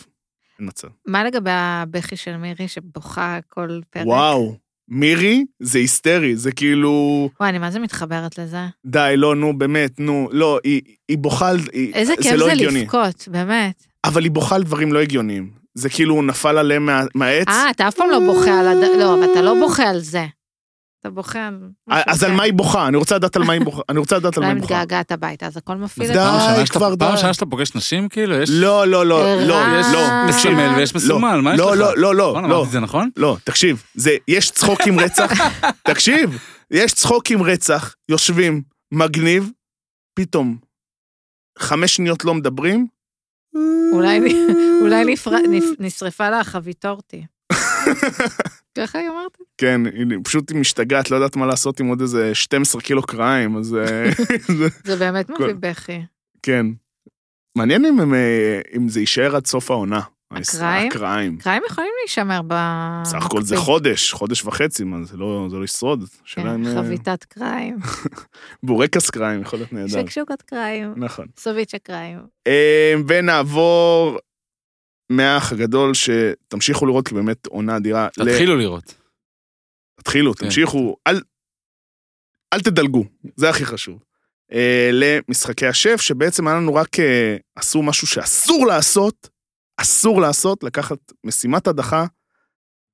A: אין מצב.
B: מה לגבי הבכי של מירי שבוכה כל פרק?
A: וואו, מירי זה היסטרי, זה כאילו,
B: וואי, אני מה זה מתחברת לזה?
A: די, לא, נו, באמת, נו, לא, היא, היא בוכה, על- היא,
B: איזה כיף
A: לא
B: זה
A: הגיוני.
B: לבכות, באמת.
A: אבל היא בוכה על דברים לא הגיוניים. זה כאילו הוא נפל עליהם מה, מהעץ.
B: אה, אתה אף פעם לא בוכה על הד... לא, אבל אתה לא בוכה על זה. אתה בוכה על... משהו
A: Mm. אה, אז על
B: אחר.
A: מה היא בוכה? אני רוצה לדעת על מה היא בוכה. אני רוצה לדעת על מה
B: אוקיי. אולי
A: היא בוכה.
B: מתגעגעת הביתה, אז הכל מפעיל
A: די,
C: פעם ראשונה שאתה-
A: כבר די.
C: פעם ראשונה שאתה פוגש נשים, כאילו, יש...
A: לא, לא, לא,
B: ערן.
A: לא,
C: יש
A: לא, תקשיב.
C: מסמל ויש מסומל, מה יש לך?
A: לא, לא, לא, לא,
C: וואלה,
A: לא,
C: אמרתי את זה נכון?
A: לא, תקשיב, זה, יש צחוק עם רצח, תקשיב, יש צחוק עם רצח, יושבים, מגניב, פתאום, חמש שניות לא מדברים,
B: אולי, אולי נפר- נפ- נשרפה לה החביתורתי. ככה היא אמרת?
A: כן, היא פשוט היא משתגעת, לא יודעת מה לעשות עם עוד איזה 12 קילו קריים, אז אה, זה-
B: זה באמת מביא
A: כל-
B: בכי.
A: כן. מעניין אם, הם, אה, אם זה יישאר עד סוף העונה.
B: הקרעים?
A: הקריים.
B: קרעים יכולים להישמר ב...
A: בסך הכל זה חודש, חודש וחצי, מה, זה לא, זה לא ישרוד.
B: כן,
A: השאלה אם, אה,
B: חביתת קריים,
A: בורקס קריים יכול להיות נהדר.
B: שקשוקת קריים,
A: נכון.
B: סוביצ'ה קריים.
A: אה, ונעבור מהאח הגדול, שתמשיכו לראות, כי באמת עונה אדירה. ל-
C: תתחילו לראות.
A: תתחילו,
C: כן.
A: תמשיכו, אל, אל תדלגו, זה הכי חשוב. אה, למשחקי השף, שבעצם היה לנו רק, אה, עשו משהו שאסור לעשות, אסור לעשות, לקחת משימת הדחה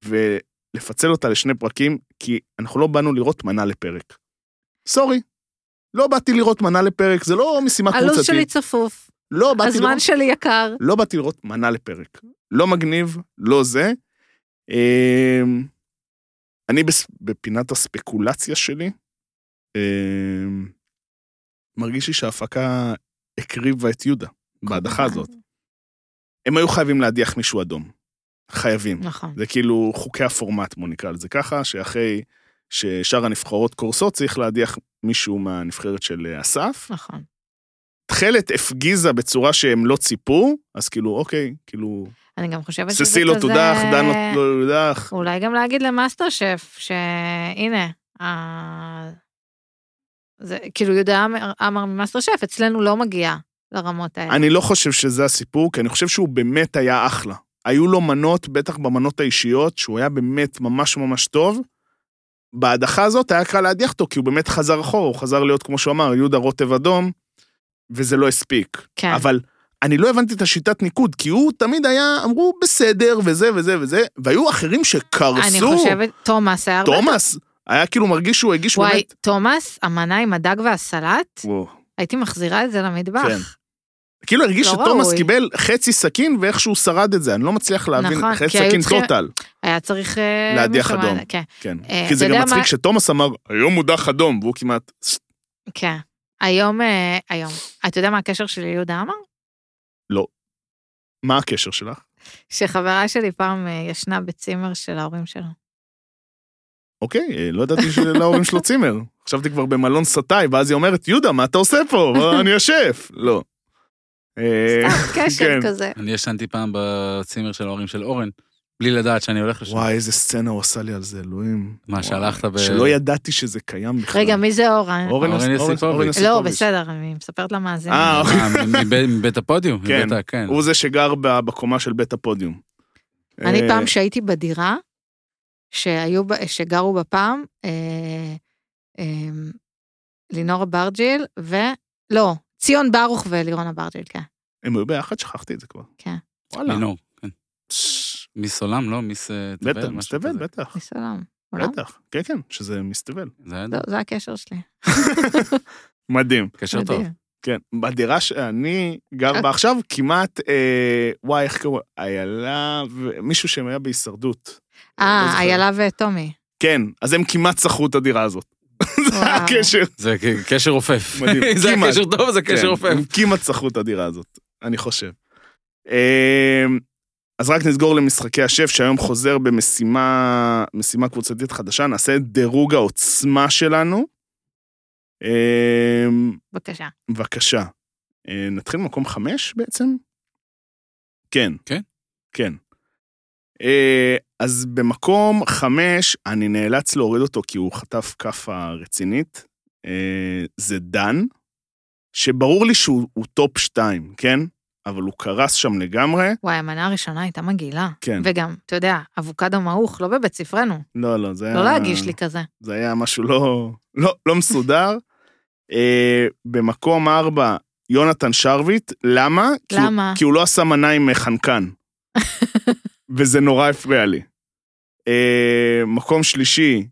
A: ולפצל אותה לשני פרקים, כי אנחנו לא באנו לראות מנה לפרק. סורי. לא באתי לראות מנה לפרק, זה לא משימה
B: הלו"ז שלי
A: קבוצתית.
B: צפוף,
A: לא באתי לראות...
B: הזמן שלי יקר.
A: לא באתי לראות מנה לפרק. לא מגניב, לא זה. אמ, אני בס- בפינת הספקולציה שלי, אמ, מרגיש לי שההפקה הקריבה את יהודה בהדחה
B: אוקיי.
A: הזאת. הם היו חייבים להדיח מישהו אדום. חייבים.
B: נכון.
A: זה כאילו חוקי הפורמט, בוא נקרא לזה ככה, שאחרי ששאר הנבחרות קורסות, צריך להדיח מישהו מהנבחרת של אה, אסף.
B: נכון.
A: תכלת הפגיזה בצורה שהם לא ציפו, אז כאילו, אוקיי, כאילו,
B: אני גם חושבת שזה כזה...
A: ססי לא תודח, דן לא יודח.
B: אולי גם להגיד למאסטר שף, שהנה, ה- זה כאילו יהודה עמר- עמר ממאסטר שף, אצלנו לא מגיע לרמות האלה.
A: אני לא חושב שזה הסיפור, כי אני חושב שהוא באמת היה אחלה. היו לו מנות, בטח במנות האישיות, שהוא היה באמת ממש ממש טוב. בהדחה הזאת היה קל להדיח אותו, כי הוא באמת חזר אחורה, הוא חזר להיות, כמו שהוא אמר, יהודה רוטב אדום, וזה לא הספיק.
B: כן.
A: אבל אני לא הבנתי את השיטת ניקוד, כי הוא תמיד היה, אמרו, בסדר, וזה וזה וזה, והיו אחרים שקרסו.
B: אני חושבת, תומאס היה הרבה...
A: תומאס היה כאילו מרגיש שהוא הגיש
B: וואי,
A: באמת...
B: תומאס, המנה עם הדג והסלט,
A: וואו.
B: הייתי מחזירה את זה
A: כן.
B: למטבח.
A: כאילו הרגיש
B: לא
A: שתומאס
B: ראוי.
A: קיבל חצי סכין ואיכשהו שרד את זה, אני לא מצליח להבין,
B: נכון,
A: חצי
B: כי היו
A: סכין
B: צריכים-
A: טוטל.
B: היה צריך... אה,
A: להדיח
B: מישהו מה-
A: אדום.
B: כן,
A: כן.
B: אה,
A: כי זה
B: אתה
A: גם
B: יודע
A: מצחיק
B: מה-
A: שתומאס אמר, היום הודח אדום, והוא כמעט...
B: כן. היום, אה, היום. אתה יודע מה הקשר שלי ליהודה עמר?
A: מה הקשר שלך?
B: שחברה שלי פעם אה, ישנה בצימר של ההורים שלו.
A: אוקיי, אה, לא ידעתי שלהורים שלו צימר. חשבתי כבר במלון סטאי, ואז היא אומרת, יהודה, מה אתה עושה פה? מה, אני ישף. לא. אה,
B: סתם קשר
A: כן.
B: כזה.
C: אני ישנתי פעם בצימר של ההורים של אורן. בלי לדעת שאני הולך לשם.
A: וואי, איזה סצנה הוא עשה לי על זה, אלוהים.
C: מה,
A: וואי,
C: שהלכת ב-
A: שלא ידעתי שזה קיים בכלל.
B: רגע, מי זה אורן?
A: אורן
C: אורן
A: אורן-
C: יוסיפוביץ'.
A: אורן
C: לא,
B: לא,
A: יוסיפוביץ'.
B: בסדר, אני מספרת למאזינים.
A: אה, אוקיי.
C: אה, מ- מב- מבית הפודיום?
A: כן.
C: מבית ה- כן.
A: הוא זה שגר ב- בקומה של בית הפודיום.
B: אני
A: אה,
B: פעם שהייתי בדירה, שהיו, ב- שגרו בה פעם, אה, אה, לינור אברג'יל ו... לא, ציון ברוך ולירון אברג'יל, כן.
A: הם היו ביחד, שכחתי את זה כבר.
B: כן.
A: וואלה.
C: לינור, כן. מיס עולם, לא? מיס אה, תבל?
A: בטח,
C: משהו
A: מסתבל,
C: כזה.
A: בטח.
B: מסלם. עולם?
A: בטח. כן, כן, שזה מסתבל.
C: זה היה
B: לא, זה הקשר שלי.
A: מדהים.
C: קשר טוב.
B: מדהים.
A: כן, בדירה שאני גר
B: אוקיי.
A: בה עכשיו, כמעט, אה, וואי, איך קראו? איילה, מישהו שהם היה בהישרדות. לא
B: אה,
A: זוכר.
B: איילה וטומי.
A: כן, אז הם כמעט שכרו את הדירה הזאת. זה
B: וואו.
A: הקשר.
C: זה כ- קשר רופף.
A: מדהים.
C: זה
A: כמעט.
C: הקשר טוב, זה קשר
A: כן,
C: רופף.
A: הם כמעט שכרו את הדירה הזאת, אני חושב. אה, אז רק נסגור למשחקי השף, שהיום חוזר במשימה משימה קבוצתית חדשה, נעשה את דירוג העוצמה שלנו. אה,
B: בבקשה.
A: בבקשה. אה, נתחיל ממקום חמש בעצם? כן.
C: כן?
A: כן. אה, אז במקום חמש, אני נאלץ להוריד אותו כי הוא חטף כאפה רצינית. אה, זה דן, שברור לי שהוא הוא טופ שתיים, כן? אבל הוא קרס שם לגמרי.
B: וואי, המנה הראשונה הייתה מגעילה.
A: כן.
B: וגם, אתה יודע, אבוקדו מעוך, לא בבית ספרנו.
A: לא, לא, זה היה...
B: לא להגיש לי כזה.
A: זה היה משהו לא, לא, לא מסודר. אה, במקום ארבע, יונתן שרביט, למה? כי הוא-
B: למה?
A: כי הוא לא עשה מנה עם אה, חנקן. וזה נורא הפריע לי. אה, מקום שלישי,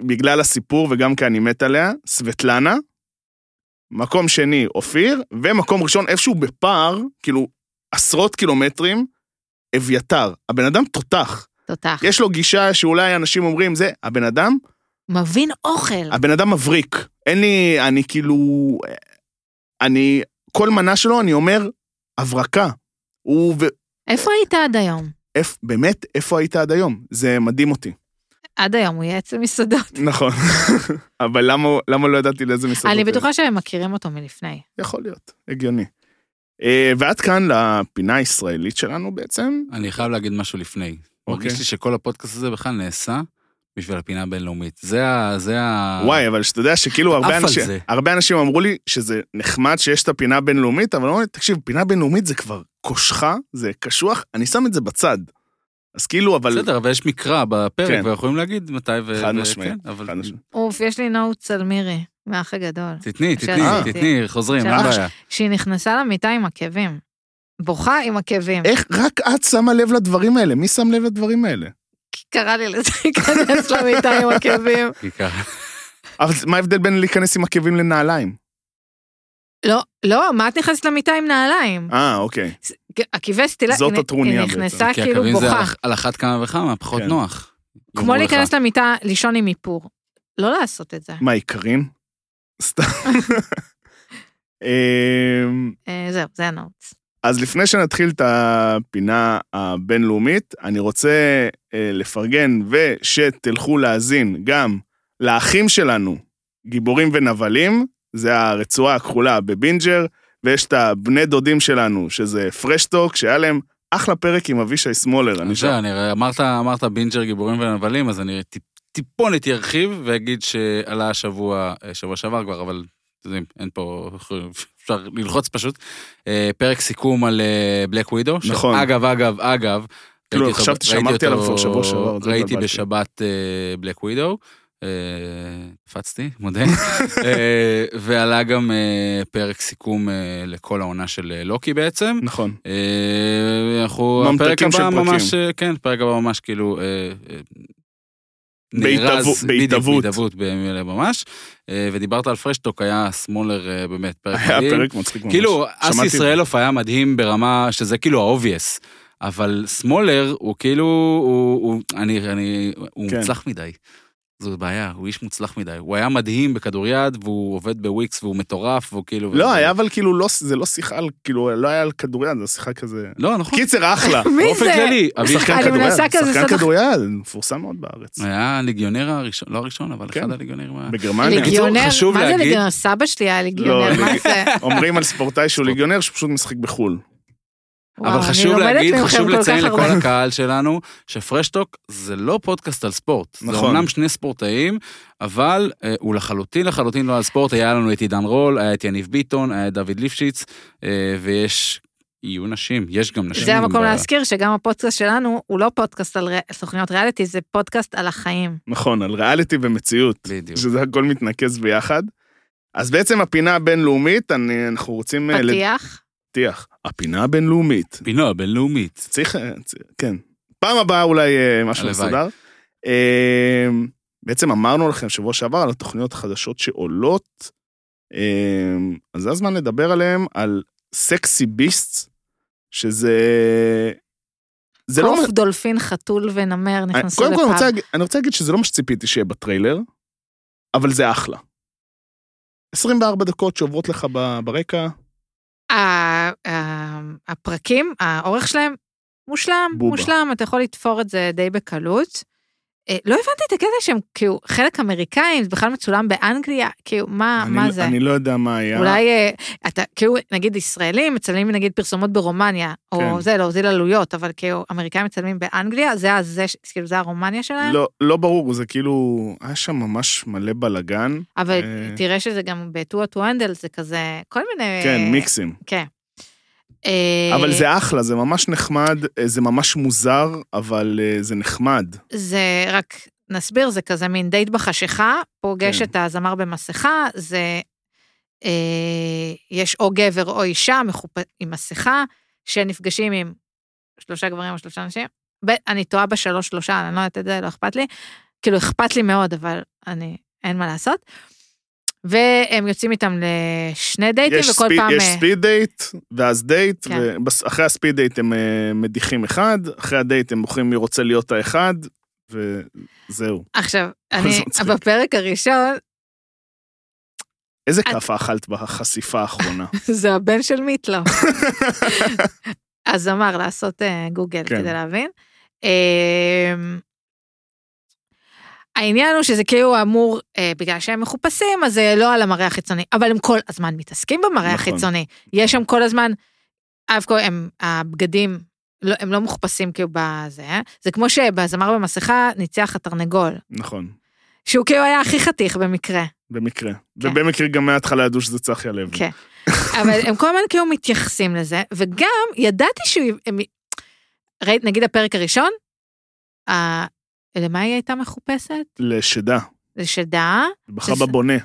A: בגלל הסיפור וגם כי אני מת עליה, סבטלנה. מקום שני, אופיר, ומקום ראשון, איפשהו בפער, כאילו עשרות קילומטרים, אביתר. הבן אדם תותח.
B: תותח.
A: יש לו גישה שאולי אנשים אומרים, זה, הבן אדם
B: מבין אוכל.
A: הבן אדם מבריק. אין לי, אני כאילו... אני... כל מנה שלו, אני אומר, הברקה. הוא... ו...
B: איפה היית עד היום?
A: איפ, באמת, איפה היית עד היום? זה מדהים אותי.
B: עד היום הוא יהיה אצל מסעדות.
A: נכון. אבל למה, למה לא ידעתי לאיזה מסעדות?
B: אני
A: אלה?
B: בטוחה שהם מכירים אותו מלפני.
A: יכול להיות, הגיוני. אה, ועד כאן לפינה הישראלית שלנו בעצם.
C: אני חייב להגיד משהו לפני.
A: אוקיי.
C: מרגיש לי שכל הפודקאסט הזה בכלל נעשה בשביל הפינה הבינלאומית. זה ה... זה ה...
A: וואי, אבל שאתה יודע שכאילו
C: אה. עף
A: הרבה
C: על
A: אנשים,
C: זה.
A: הרבה אנשים אמרו לי שזה נחמד שיש את הפינה הבינלאומית, אבל אמרו לי, תקשיב, פינה בינלאומית זה כבר קושחה, זה קשוח, אני שם את זה בצד. אז כאילו, אבל...
C: בסדר, אבל יש מקרא בפרק,
A: כן.
C: ואנחנו יכולים להגיד מתי ו...
A: חד
C: ו-
A: משמעית,
C: כן, אבל-
A: חד משמעית.
B: אוף, יש לי נוטס על מירי, מהאח הגדול.
C: תתני,
B: אפשר
C: תתני,
A: לעשות.
C: תתני, חוזרים, אין
B: אפשר.
C: בעיה.
B: שהיא נכנסה למיטה עם עקבים. בוכה עם עקבים.
A: איך רק את שמה לב לדברים האלה? מי שם לב לדברים האלה?
B: קרא לי לזה להיכנס למיטה עם עקבים.
C: כי ככה.
A: אבל מה ההבדל בין להיכנס עם עקבים לנעליים?
B: לא, לא, מה את נכנסת למיטה עם נעליים?
A: אה, אוקיי.
B: עקבי סטילה,
A: זאת
B: היא נ-
A: הטרוניה
B: היא נכנסה
C: כי
B: כאילו
C: הקווים זה
B: בוכה.
C: על אח- על אחת כמה וכמה, פחות
A: כן.
C: נוח.
B: כמו
C: יאמרו לך.
B: להיכנס למיטה, לישון עם איפור. לא לעשות את זה.
A: מה, איכרים? סתם. אמ,
B: אה, זהו, זה הנוטס.
A: אז לפני שנתחיל את הפינה הבינלאומית, אני רוצה אה, לפרגן ושתלכו להאזין גם לאחים שלנו, גיבורים ונבלים, זה הרצועה הכחולה בבינג'ר, ויש את הבני דודים שלנו, שזה פרשטוק, שהיה להם אחלה פרק עם אבישי סמולר, אני
C: אני
A: שם.
C: יודע, אני- אמרת- אמרת בינג'ר גיבורים ונבלים, אז אני טיפ- טיפונת ארחיב ואגיד שעלה השבוע, אה, שבוע שעבר כבר, אבל אתם יודעים, אין פה, אפשר ללחוץ פשוט. אה, פרק סיכום על אה, בלק ווידו.
A: נכון.
C: אגב, אגב, אגב.
A: כאילו,
C: ראיתי אותו-
A: חשבתי
C: ראיתי
A: שאמרתי עליו כבר
C: אותו-
A: שבוע שעבר, אז
C: ראיתי
A: התבלבלתי.
C: בשבת אה, בלק ווידו. הפצתי, אה, מודה. אה, ועלה גם אה, פרק סיכום אה, לכל העונה של אה, לוקי בעצם.
A: נכון.
C: אה, אנחנו, הפרק
A: ממתקים של
C: הבא
A: פרקים.
C: ממש, אה, כן, הפרק הבא ממש כאילו, אה, אה, נארז,
A: בהתהוו-
C: בדיוק,
A: בהתהוות.
C: בהתהוות ב- ממש, אה, ודיברת על פרשטוק, היה סמולר אה, באמת פרק
A: היה
C: מדהים.
A: פרק מצחיק ממש.
C: כאילו, אס
A: שמעתי-
C: ישראלוף היה מדהים ברמה שזה כאילו האובייס, אבל סמולר הוא כאילו, הוא, הוא, אני, אני, הוא
A: כן.
C: מוצלח מדי. זו בעיה, הוא איש מוצלח מדי. הוא היה מדהים בכדוריד, והוא עובד בוויקס, והוא מטורף, והוא כאילו...
A: לא, היה אבל כאילו, לא- זה לא שיחה על, כאילו, לא היה על כדוריד, זה שיחה כזה...
C: לא, נכון.
A: קיצר, אחלה.
B: מי
C: באופן
B: זה?
C: כללי, אביב
A: שחקן
B: אני
A: כדוריד,
B: מנסה כזה אה,
A: שחקן
B: סדר-
A: כדוריד, מפורסם מאוד בארץ.
C: היה הליגיונר הראשון, לא הראשון, אבל
A: כן.
C: אחד הליגיונרים.
B: אה.
C: ה-
A: בגרמניה.
B: ליגיונר,
C: חשוב
B: מה זה
C: להגיד-
B: ליגיונר? סבא שלי היה ליגיונר,
A: לא,
B: מה זה?
A: אומרים על ספורטאי שהוא ליגיונר שפשוט משחק בחו"ל.
B: וואו,
C: אבל
B: אני
C: חשוב
B: לומדת
C: להגיד,
B: מכם
C: חשוב
B: כל כך
C: לציין
B: הרבה.
C: לכל הקהל שלנו, שפרשטוק זה לא פודקאסט על ספורט. זה
A: נכון.
C: אומנם שני ספורטאים, אבל אה, הוא לחלוטין לחלוטין לא על ספורט. היה לנו את עידן רול, היה את יניב ביטון, היה את דוד ליפשיץ, אה, ויש, יהיו נשים, יש גם נשים.
B: זה המקום
C: ב-
B: להזכיר שגם הפודקאסט שלנו הוא לא פודקאסט על ר- סוכניות ריאליטי, זה פודקאסט על החיים.
A: נכון, על ריאליטי ומציאות,
C: בדיוק.
A: שזה הכל מתנקז ביחד. אז בעצם הפינה הבינלאומית, אני, אנחנו רוצים אה,
B: פתיח,
A: להבטיח. הפינה הבינלאומית.
C: פינה הבינלאומית.
A: צריך, אה, צ- כן. פעם הבאה אולי אה, משהו
C: הלוואי.
A: מסודר. אה, בעצם אמרנו לכם שבוע שעבר על התוכניות החדשות שעולות, אה, אז זה הזמן לדבר עליהם, על סקסי ביסט, שזה... זה לא...
B: קוף, דולפין, חתול ונמר
A: אני-
B: נכנסו
A: קודם כל, אני רוצה,
B: לפאב.
A: להגיד- אני רוצה להגיד שזה לא מה שציפיתי שיהיה בטריילר, אבל זה אחלה. 24 דקות שעוברות לך ב- ברקע,
B: ה- ה- הפרקים, האורך שלהם, מושלם,
A: בובה.
B: מושלם, אתה יכול לתפור את זה די בקלות. אה, לא הבנתי את הקטע שהם כאילו חלק אמריקאים, זה בכלל מצולם באנגליה, כאילו, מה מה
A: אני,
B: זה?
A: אני לא יודע מה היה.
B: אולי אה, אתה כאילו נגיד ישראלים מצלמים נגיד פרסומות ברומניה
A: כן.
B: או זה להוזיל עלויות אבל כאילו אמריקאים מצלמים באנגליה זה הזה ש- כאילו זה הרומניה שלהם
A: לא, לא ברור, זה כאילו, היה שם ממש מלא בלאגן.
B: אבל
A: אה.
B: תראה שזה גם בטו טו הנדל זה כזה כל מיני
A: כן, מיקסים.
B: כן. אה,
A: אבל זה אחלה, זה ממש נחמד, אה, זה ממש מוזר, אבל אה, זה נחמד.
B: זה רק נסביר זה כזה מין דייט בחשיכה פוגש
A: כן.
B: את הזמר במסכה זה אה, יש או גבר או אישה מחופ- עם מסכה שנפגשים עם שלושה גברים או שלושה נשים. ב- אני טועה בשלוש שלושה אני לא יודעת את זה לא אכפת לי. כאילו אכפת לי מאוד אבל אני אין מה לעשות. והם יוצאים איתם לשני דייטים
A: יש
B: וכל
A: ספיד-
B: פעם
A: יש
B: אה,
A: ספיד דייט, ואז דייט,
B: כן.
A: ואחרי הספיד דייט הם אה, מדיחים אחד, אחרי הדייט הם בוחרים מי רוצה להיות האחד, וזהו.
B: עכשיו
A: זה
B: אני
A: מצחיק.
B: בפרק הראשון
A: איזה
B: את-
A: כאפה אכלת בחשיפה האחרונה?
B: זה הבן של מיטלו. אז אמר לעשות אה, גוגל
A: כן.
B: כדי להבין. אמ, העניין הוא שזה כאילו אמור, אה, בגלל שהם מחופשים, אז זה לא על המראה החיצוני, אבל הם כל הזמן מתעסקים
A: נכון.
B: במראה החיצוני. יש שם כל הזמן, אף כל, הם, הבגדים, לא, הם לא מחופשים כאילו בזה, אה? זה כמו שבזמר במסכה ניצח התרנגול,
A: נכון,
B: שהוא כאילו היה הכי חתיך במקרה.
A: במקרה. ובמקרה גם מההתחלה ידעו שזה צחי הלוי.
B: כן. אבל הם כל הזמן כאילו מתייחסים לזה, וגם ידעתי שהם... ראית, נגיד הפרק הראשון, ה- למה היא הייתה מחופשת?
A: לשדה,
B: זה שדה,
A: בחר
B: שזה-
A: בבונה.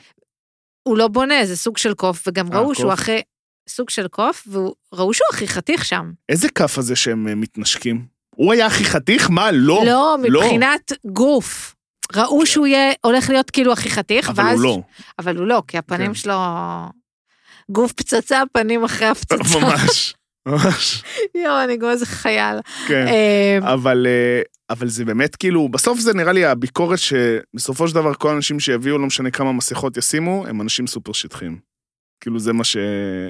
B: הוא לא בונה, זה סוג של קוף, וגם
A: אה,
B: ראו שהוא
A: קוף.
B: הכי... סוג של קוף, וראו שהוא הכי חתיך שם.
A: איזה כאפה זה שהם אה, מתנשקים? הוא היה הכי חתיך? מה, לא. כן.
B: לא, מבחינת גוף. ראו שהוא יהיה, הולך להיות כאילו הכי חתיך,
A: אבל
B: ואז...
A: הוא לא,
B: אבל הוא לא, כי הפנים
A: כן.
B: שלו... גוף פצצה, פנים אחרי הפצצה.
A: ממש. ממש,
B: יואו, אני כמו איזה חייל.
A: כן.
B: אה,
A: אבל, אה, אבל זה באמת כאילו, בסוף זה נראה לי הביקורת שבסופו של דבר כל האנשים שיביאו, לא משנה כמה מסכות ישימו, הם אנשים סופר שטחיים. כאילו זה מה ש...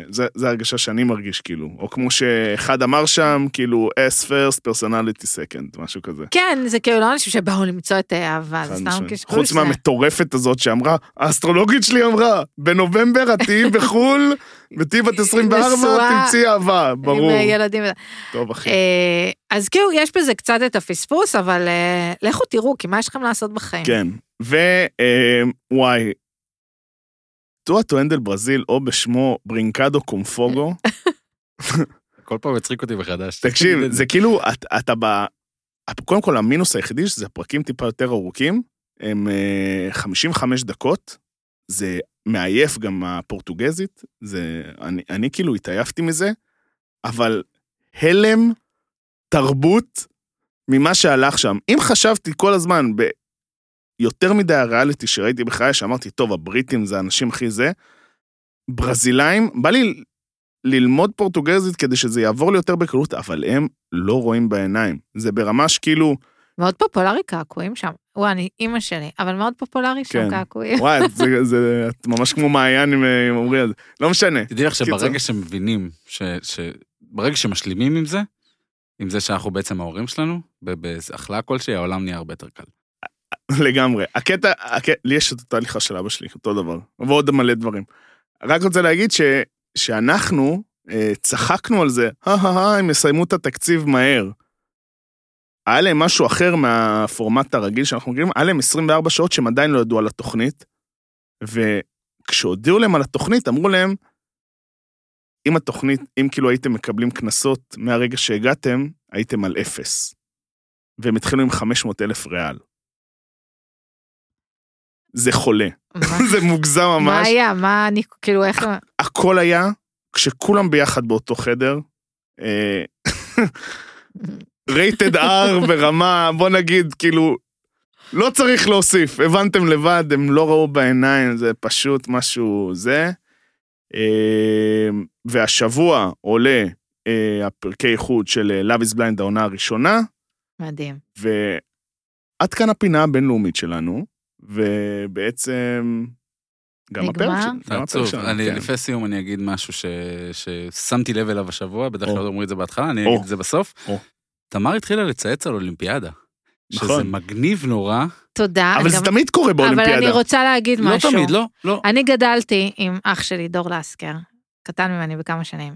A: זה, זה הרגשה שאני מרגיש כאילו. או כמו שאחד אמר שם, כאילו S first, personality second, משהו כזה.
B: כן, זה כאילו לא אנשים שבאו למצוא את האהבה, זה
A: חד
B: סתם
A: משמעית.
B: קשקוש.
A: חוץ
B: זה-
A: מהמטורפת הזאת שאמרה, האסטרולוגית שלי אמרה, בנובמבר את תהיי בחו"ל, ותהיי בת 24,
B: נשואה.
A: תמצאי אהבה, ברור.
B: עם אה, ילדים. וזה.
A: טוב אחי.
B: אה, אז כאילו, יש בזה קצת את הפספוס, אבל אה, לכו תראו, כי מה יש לכם לעשות בחיים?
A: כן, ווואי, טועה טואנדל ברזיל, או בשמו ברינקדו קומפוגו,
C: כל פעם הצחיק אותי מחדש.
A: תקשיב, זה כאילו, את- אתה ב... קודם כל, המינוס היחידי שזה הפרקים טיפה יותר ארוכים, הם אה, 55 דקות, זה מעייף גם הפורטוגזית, זה... אני, אני כאילו התעייפתי מזה, אבל הלם, תרבות, ממה שהלך שם. אם חשבתי כל הזמן ב... יותר מדי הריאליטי שראיתי בחיי, שאמרתי, טוב, הבריטים זה האנשים הכי זה, ברזילאים, בא לי ללמוד פורטוגזית כדי שזה יעבור לי יותר בקלות, אבל הם לא רואים בעיניים. זה ברמה שכאילו,
B: מאוד פופולרי קעקועים שם. וואי, אני אימא שלי, אבל מאוד פופולרי
A: כן.
B: שם קעקועים.
A: וואי, את- זה, זה, את ממש כמו מעיין עם עם עמרי הזה. לא משנה.
C: תדעי לך
A: קיצר.
C: שברגע שמבינים, ש- ש- ברגע שמשלימים עם זה, עם זה שאנחנו בעצם ההורים שלנו, ב- באיזה אחלה כלשהי, העולם נהיה הרבה יותר קל.
A: לגמרי. הקטע, הק... לי יש את אותה הליכה של אבא שלי, אותו דבר, ועוד מלא דברים. רק רוצה להגיד ש... שאנחנו, אה, צחקנו על זה, הא-הא-הא, הם יסיימו את התקציב מהר. היה להם משהו אחר מהפורמט הרגיל שאנחנו מכירים, היה להם 24 שעות שהם עדיין לא ידעו על התוכנית, וכשהודיעו להם על התוכנית, אמרו להם, אם התוכנית, אם כאילו הייתם מקבלים קנסות מהרגע שהגעתם, הייתם על אפס. והם התחילו עם 500 אלף ריאל. זה חולה,
B: מה-
A: זה מוגזם ממש.
B: מה היה? מה אני, כאילו, איך...
A: הכל היה כשכולם ביחד באותו חדר. רייטד R ברמה, בוא נגיד, כאילו, לא צריך להוסיף, הבנתם לבד, הם לא ראו בעיניים, זה פשוט משהו זה. אה, והשבוע עולה אה, הפרקי איחוד של אה, Love is Blind העונה הראשונה,
B: מדהים.
A: ועד כאן הפינה הבינלאומית שלנו, ובעצם גם הפרק
B: נגמר?
A: שלנו. גם הפרק
C: עצוב.
A: שלנו,
C: אני-
A: כן.
C: לפני סיום אני אגיד משהו ש- ששמתי לב אליו השבוע, בדרך כלל
A: או.
C: אומרים את זה בהתחלה, אני
A: או.
C: אגיד את זה בסוף.
A: או.
C: תמר התחילה לצייץ על אולימפיאדה. שזה
A: נכון.
C: מגניב נורא.
B: תודה.
A: אבל זה
B: אה, גם-
A: תמיד קורה
B: אבל אני
A: באולימפיאדה.
B: רוצה להגיד
C: לא
B: משהו.
C: תמיד, לא, לא.
B: אני גדלתי עם אח שלי, דור לסקר, קטן ממני בכמה שנים,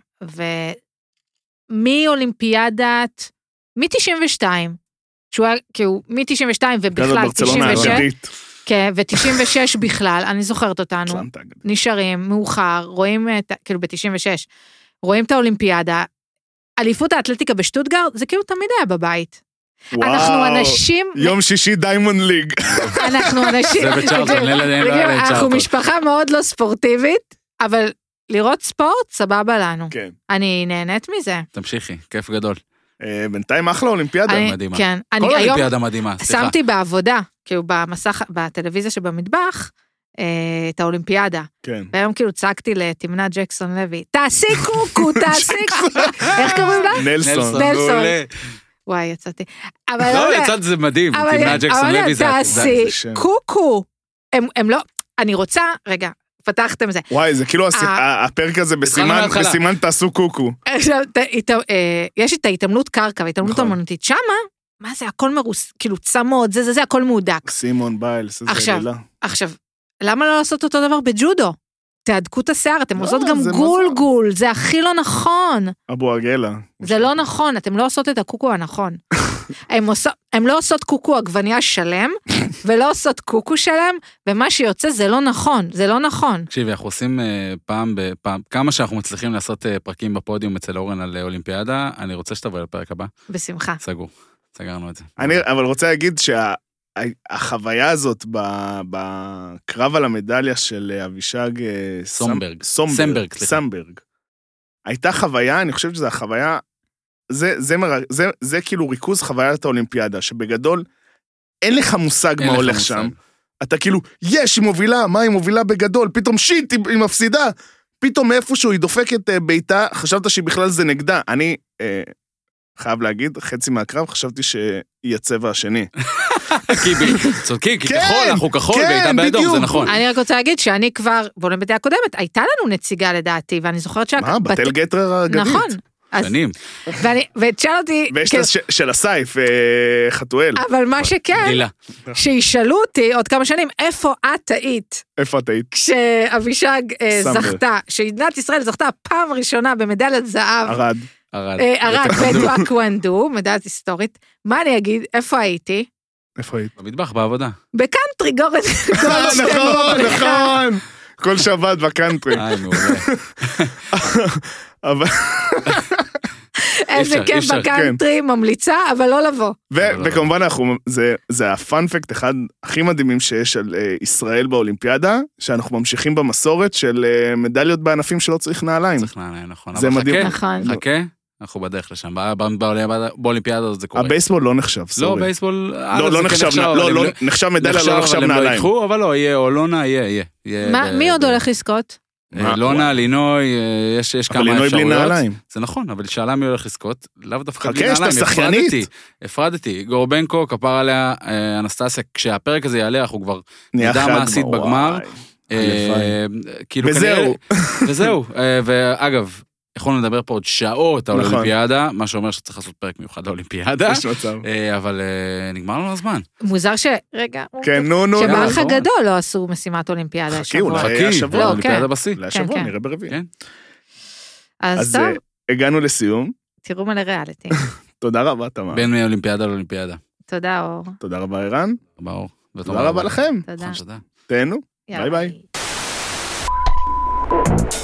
B: ומאולימפיאדת, מ-92, שהוא היה, כאילו, מ-92 ובכלל,
A: ברצלונה
B: 96,
A: האגדית.
B: כן, ו-96 בכלל, אני זוכרת אותנו,
A: אטלנטה האגדית.
B: נשארים מאוחר, רואים את, ה- כאילו ב-96, רואים את האולימפיאדה. אליפות האתלטיקה בשטוטגרד, זה כאילו תמיד היה בבית. אנחנו
A: וואו,
B: אנשים,
A: יום שישי דיימונד ליג.
B: אנחנו אנשים,
C: זה בצ'ארלטון, אין להם- אין להם
B: וגם אנחנו
C: צ'ארלטון.
B: משפחה מאוד לא ספורטיבית, אבל לראות ספורט, סבבה לנו.
A: כן.
B: אני נהנית מזה.
C: אה, תמשיכי, כיף גדול.
A: אה, בינתיים אחלה אולימפיאדה.
B: אני-
C: מדהימה.
B: כן.
C: כל
B: אני היום
C: אולימפיאדה מדהימה, סליחה.
B: שמתי בעבודה, כאילו במסך, בטלוויזיה שבמטבח, אה, את האולימפיאדה.
A: כן.
B: והיום כאילו צעקתי לתמנה ג'קסון לוי, תעשי קוקו, תעשי קוקו. איך קוראים לה?
A: נלסון.
B: נלסון.
C: מעולה.
B: וואי, יצאתי. אבל
C: לא,
B: יודע-
C: יצאת זה מדהים,
B: אבל
C: תמנה ג'קסון
B: אבל
C: לוי זה... זה-
B: תעשי
A: זה שם.
B: קוקו. הם- הם לא, אני רוצה, רגע, פתחתם זה.
A: וואי, זה כאילו הס-
B: אה.
A: ה- הפרק הזה בסימן,
C: מההתחלה.
A: בסימן תעשו קוקו.
B: עכשיו, ת- הת- אה, יש את ההתעמלות קרקע וההתעמלות
A: נכון.
B: האמנותית. שמה, מה זה, הכל מרוס, כאילו צמות, זה זה זה, הכל מהודק.
A: סימון ביילס, איזה
B: עכשיו,
A: עלילה.
B: עכשיו, למה לא לעשות אותו דבר בג'ודו? תהדקו את השיער, אתם
A: לא,
B: עושות גם
A: זה מזל.
B: גולגול, זה הכי לא נכון.
A: אבו עגלה.
B: זה לא נכון, אתם לא עושות את הקוקו הנכון. הם, עוש... הם לא עושות קוקו עגבנייה שלם, ולא עושות קוקו שלם, ומה שיוצא זה לא נכון, זה לא נכון.
C: תקשיבי, אנחנו עושים אה, פעם בפעם, כמה שאנחנו מצליחים לעשות אה, פרקים בפודיום אצל אורן על אה, אולימפיאדה, אני רוצה שתבואי לפרק הבא.
B: בשמחה.
C: סגור. סגרנו את זה.
A: אני אבל רוצה להגיד שהחוויה הזאת ב- בקרב על המדליה של אבישג אה, סם-
C: סומברג. סמברג,
A: סומברג,
C: סליחה.
A: סמברג, הייתה חוויה, אני חושב שזו החוויה, זה, זה, מר... זה, זה כאילו ריכוז חוויית האולימפיאדה, שבגדול אין לך מושג
C: אין
A: מה
C: לך
A: הולך
C: מושג.
A: שם. אתה כאילו, יש, היא מובילה, מה, היא מובילה בגדול, פתאום שיט, היא, היא מפסידה. פתאום מאיפשהו היא דופקת אה, בעיטה, חשבת שבכלל זה נגדה. אני אה, חייב להגיד, חצי מהקרב חשבתי שהיא הצבע השני.
C: כי ב- צודקים, כי
A: כן,
C: כחול, אנחנו כחול,
A: כן,
C: והייתה באדום,
A: בדיוק.
C: זה נכון.
B: אני רק רוצה להגיד שאני כבר, באולימפיאדה הקודמת, הייתה לנו נציגה לדעתי, ואני זוכרת שה...
A: מה,
B: בת-
A: בתל גטרר האגדית.
B: נכון. אז-
C: שנים.
B: ואני- ותשאל אותי,
A: ויש
B: כן,
A: את הש- של הסייף, אה, חתואל.
B: אבל מה שכן,
C: גילה.
B: שישאלו אותי עוד כמה שנים, איפה את היית
A: איפה את היית?
B: כשאבישג אה,
A: שם לב.
B: זכתה, כשמדינת ישראל זכתה פעם ראשונה במדליית זהב,
A: ערד.
C: ערד.
B: אה, ערד
C: בטקוונדו.
B: בטואקוונדו, מדליית היסטורית, מה אני אגיד, איפה הייתי?
A: איפה היית?
C: במטבח, בעבודה.
B: בקאנטרי גורן גולדשטיין
A: נכון,
B: בבריכה.
A: נכון. כל שבת בקאנטרי.
C: היי, אה, מעולה.
A: אבל-
B: איזה
C: אפשר,
B: כיף
C: אפשר,
B: בקאנטרי, ממליצה, אבל לא לבוא.
A: ו- וכמובן אנחנו, זה- זה הפאנפקט אחד הכי מדהימים שיש על אה, ישראל באולימפיאדה, שאנחנו ממשיכים במסורת של אה, מדליות בענפים שלא צריך נעליים.
C: צריך לעניין, נכון.
A: כן. זה
C: אבל
A: מדהים.
C: חכה,
B: נכון.
C: חכה, אנחנו בדרך לשם. ב- ב- באולימפיאדה- באולימפיאדה הזאת זה קורה.
A: הבייסבול לא נחשב,
C: לא,
A: סורי.
C: בייסבול... א',
A: לא,
C: זה
A: לא
C: כן
A: נחשב, נע-
C: אבל
A: לא,
C: הם
A: לא, נחשב מדליה,
C: נחשב,
A: לא נחשב
C: אבל הם לא
A: נעליים.
C: יקחו, אבל לא, יהיה אולונה, יהיה, יהיה. יהיה
A: אה,
B: מה-
C: ב-
B: מי עוד
C: ב-
B: הולך לזכות?
C: אה,
A: מה?
C: לונה, לינוי, אה, יש יש
A: אבל
C: כמה
A: לינוי בלי
C: אפשרויות.
A: נעליים.
C: זה נכון, אבל היא שאלה מי הולך לזכות, לאו דווקא
A: חכה, יש את השחיינית.
C: הפרדתי, הפרדתי, גורבנקו, כפר עליה, אה, אנסטסיה, כשהפרק הזה יעלה אנחנו כבר,
A: נהיה
C: נדע
A: חג
C: מה עשית
A: כבר,
C: בגמר.
A: וואי.
C: אה, כאילו
A: וזהו.
C: כנראה- וזהו, אה, ואגב, יכולנו לדבר פה עוד שעות על
A: נכון.
C: אולימפיאדה, מה שאומר שצריך לעשות פרק מיוחד לאולימפיאדה,
A: יש מצב.
C: אה, אבל אה, נגמר לנו הזמן.
B: מוזר ש... רגע.
A: כן, נו, נו, נו.
C: שבא-
B: שבאח
C: נו.
B: הגדול לא עשו משימת אולימפיאדה
A: חכי, לא
B: השבוע.
A: אולי. היה
C: חכי,
A: השבוע.
B: לא,
C: אולימפיאדה
B: כן.
C: בשיא.
A: אולי
B: כן,
A: השבוע,
B: כן.
A: נראה ברביעי.
C: כן.
B: אז
A: אז
B: טוב,
A: אה, הגענו לסיום.
B: תראו מלא ריאליטי.
A: תודה רבה, תמר.
C: בין מאולימפיאדה לאולימפיאדה.
B: תודה, אור.
A: תודה רבה, ערן.
C: ברור.
A: תודה רבה לכם.
B: תודה.
C: נכון, תודה.
A: תהנו.
B: יאללה,
A: ביי ביי.
B: ביי.